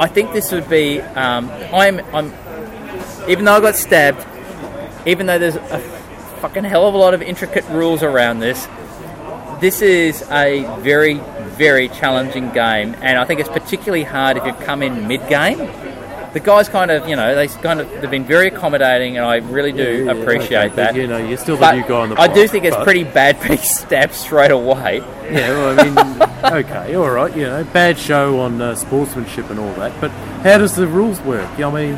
I think this would be. Um, I'm I'm even though I got stabbed, even though there's a fucking hell of a lot of intricate rules around this, this is a very very challenging game, and I think it's particularly hard if you've come in mid game. The guys kind of, you know, they kind of they've been very accommodating, and I really Yeah, do yeah, yeah, appreciate okay, but, that. You know, you're still the But new guy on the. I do block, think it's but- pretty bad [LAUGHS] being stabbed straight away. Yeah, well, I mean, [LAUGHS] okay, all right. You know, bad show on uh, sportsmanship and all that. But how does the rules work? I mean,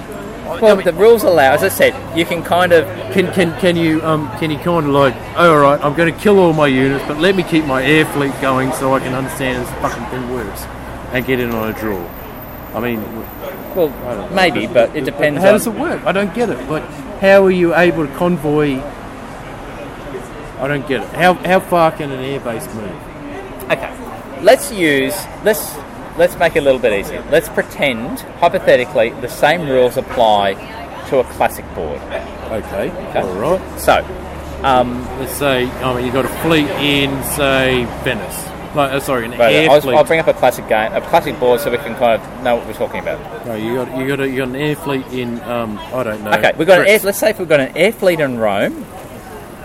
Well, the rules allow, as I said, you can kind of. Can, can, can you um, can you kind of like oh, all right I'm going to kill all my units but let me keep my air fleet going so I can understand this fucking thing works and get in on a draw. I mean, Well, don't know. maybe, but it depends how does on. it work? I don't get it. Like, how are you able to convoy? I don't get it. How, how far can an airbase move? Okay, let's use let's let's make it a little bit easier. Let's pretend hypothetically the same rules apply to a classic board. Okay, Okay. all right. So, um, Let's say I mean you got a fleet in say Venice. Like, oh, sorry, an right, air I'll, fleet. I'll bring up a classic game, a classic board, so we can kind of know what we're talking about. no, you got you got a, you got an air fleet in um I don't know. Okay, we've got an Greece. air, let's say if we've got an air fleet in Rome,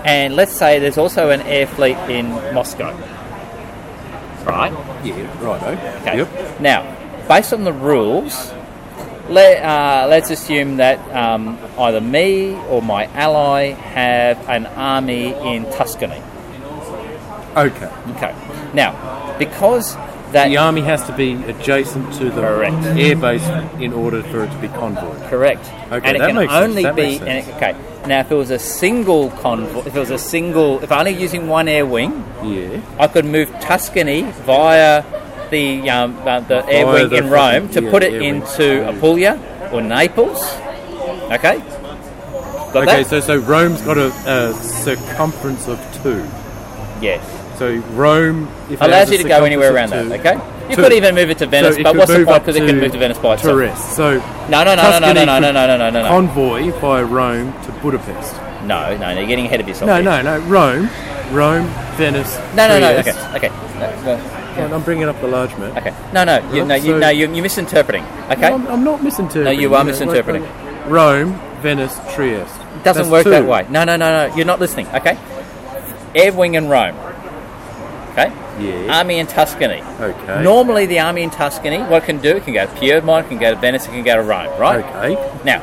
And let's say there's also an air fleet in Moscow. Right? Yeah, right. oh, Okay. Yep. Now, based on the rules, let, uh, let's assume that um, either me or my ally have an army in Tuscany. Okay. Okay. Now, because that The army has to be adjacent to the Correct. airbase in order for it to be convoyed. Correct. Okay, and it that can makes sense, only that be makes sense. and it- okay. Now, if it was a single convoy, if it was a single, if only using one air wing, Yeah. I could move Tuscany via the um, uh, the air Via wing the in Rome to fucking- yeah, put it air wing. into Apulia or Naples. Okay. Got Okay, that? so so Rome's got a, a circumference of two. yes. So Rome if it has Allows a you to go anywhere around circumference that. of two- Okay. You two. could even move it to Venice, So it but could what's the move point? up Because it can move to Venice by itself. Tourette's. So No, no, no, no, no, Tuscany no, no, could no, no, no, no, no. Convoy by Rome to Budapest. No, no, no. You're getting ahead of yourself. No, here. no, no. Rome, Rome, Venice. No, no, no. Trieste. Okay. Okay. No, well, Come on, I'm bringing up the large map. Okay. No, no, you, no, you, So- no, you, you're misinterpreting. Okay, No, I'm, I'm not misinterpreting. No, you are know, like, misinterpreting. like, Rome, Venice, Trieste. it doesn't That's work that two. way. No, no, no, no. You're not listening. Okay, air wing in Rome. Okay. Yeah. Army in Tuscany. Okay. Normally, the army in Tuscany, what it can do, it can go to Piedmont, it can go to Venice, it can go to Rome. Right. Okay. Now,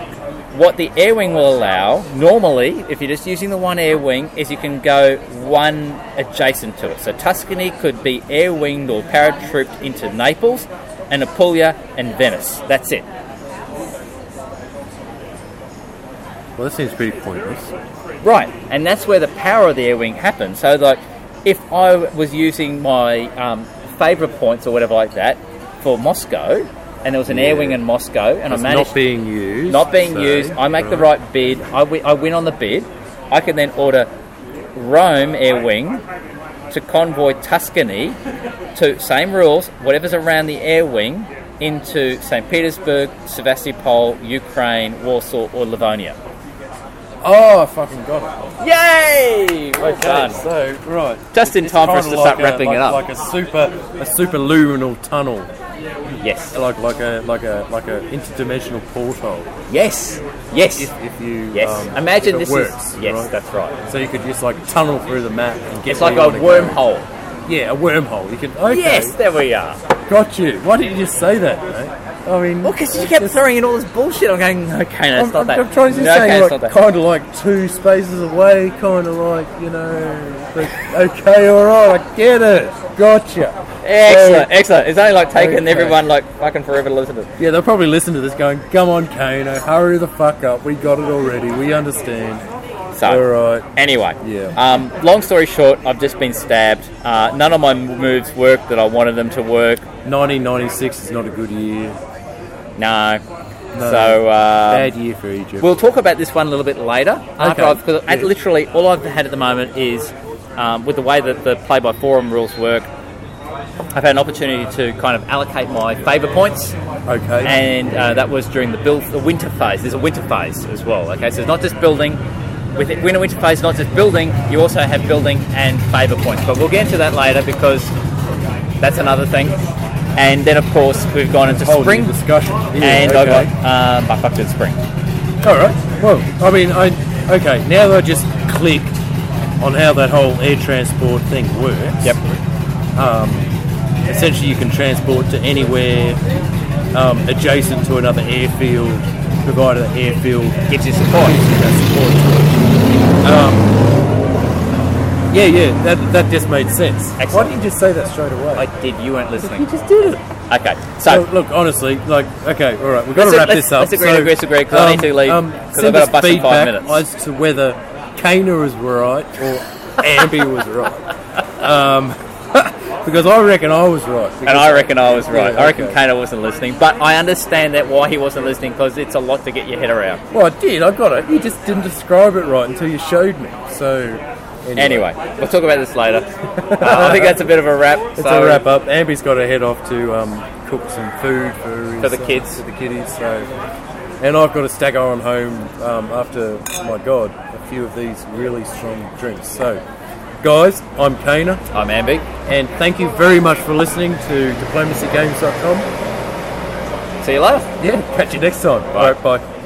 what the air wing will allow, normally, if you're just using the one air wing, is you can go one adjacent to it. So Tuscany could be air winged or paratrooped into Naples and Apulia and Venice. That's it. Well, that seems pretty pointless. Right, and that's where the power of the air wing happens. So, like, if I was using my um, favorite points or whatever like that for Moscow, and there was an air Yeah. wing in Moscow, and It's I managed not being used. not being so- used, I make the right bid, I wi- I win on the bid, I can then order Rome air wing to convoy Tuscany to same rules, whatever's around the air wing into St. Petersburg, Sevastopol, Ukraine, Warsaw, or Livonia. Oh, I fucking got it. Yay! Well done. so right. Just in time for us Kinda to like start a- wrapping like- it up. Like a super, a super luminal tunnel, yes. like like a like a like a interdimensional portal. Yes. Yes. If, if you Yes. um, if Imagine it this works, is. Yes, right? that's right. So you could just like tunnel through the map and get. It's like where you a wanna go. wormhole. Yeah, a wormhole. You could. Okay, Yes, there we are. got you. Why didn't you just say that, mate? I mean, Well, because you kept it's- throwing in all this bullshit. I'm going, okay, no, I'm, it's not I'm, that. I'm trying to no, okay, say it's like not that. kind of like two spaces away, kind of like you know. Like, okay, all right, I get it. Gotcha. Excellent, excellent. It's only like taking Okay. everyone like fucking forever to listen to this. Yeah, they'll probably listen to this going, come on, Kano, hurry the fuck up. We got it already. We understand. All So, right. anyway, Yeah. um, long story short, I've just been stabbed. Uh, none of my moves worked that I wanted them to work. 1996 is not a good year. No. So, uh, Bad year for Egypt. We'll talk about this one a little bit later. Okay. After I've, cause I- Yeah. literally all I've had at the moment is um, with the way that the play by forum rules work. I've had an opportunity to kind of allocate my favour points, okay. and uh, that was during the build, the winter phase. There's a winter phase as well. Okay, so it's not just building. With it, winter winter phase, not just building. You also have building and favour points, but we'll get into that later because that's another thing. And then of course we've gone into Whole new spring, discussion. Yeah, and okay. I got um, I fucked it spring. All right. Well, I mean, I okay. Now that I just clicked on how that whole air transport thing works. um, Yep. Essentially, you can transport to anywhere um, adjacent to another airfield, provided the airfield gives you support. Um, yeah, yeah, that, that just made sense. Excellent. Why didn't you just say that straight away? I did. You weren't you listening. just did it. Okay. So, So look, honestly, like, okay, all right, we've got Let's- to wrap let's- this up. um, let's agree to agree to agree, 'cause I need to leave, 'cause I've send got a us bus in five feedback minutes. as to whether Kana was right or Ambi was right. Um, [LAUGHS] because I reckon I was right. and I reckon I was right. Yeah, I reckon okay. Kato wasn't listening, but I understand that why he wasn't listening because it's a lot to get your head around. well, I did. I got it. You just didn't describe it right until you showed me. So, anyway, Anyway, we'll talk about this later. Uh, [LAUGHS] I think that's a bit of a wrap. it's a wrap up. Ambi's got to head off to um, cook some food for, his, For the uh, kids. for the kiddies. So, and I've got to stagger on home um, after my god, a few of these really strong drinks. So, guys, I'm Kana. I'm Ambi. And thank you very much for listening to diplomacygames.com. See you later. Yeah, catch you next time. All right, bye.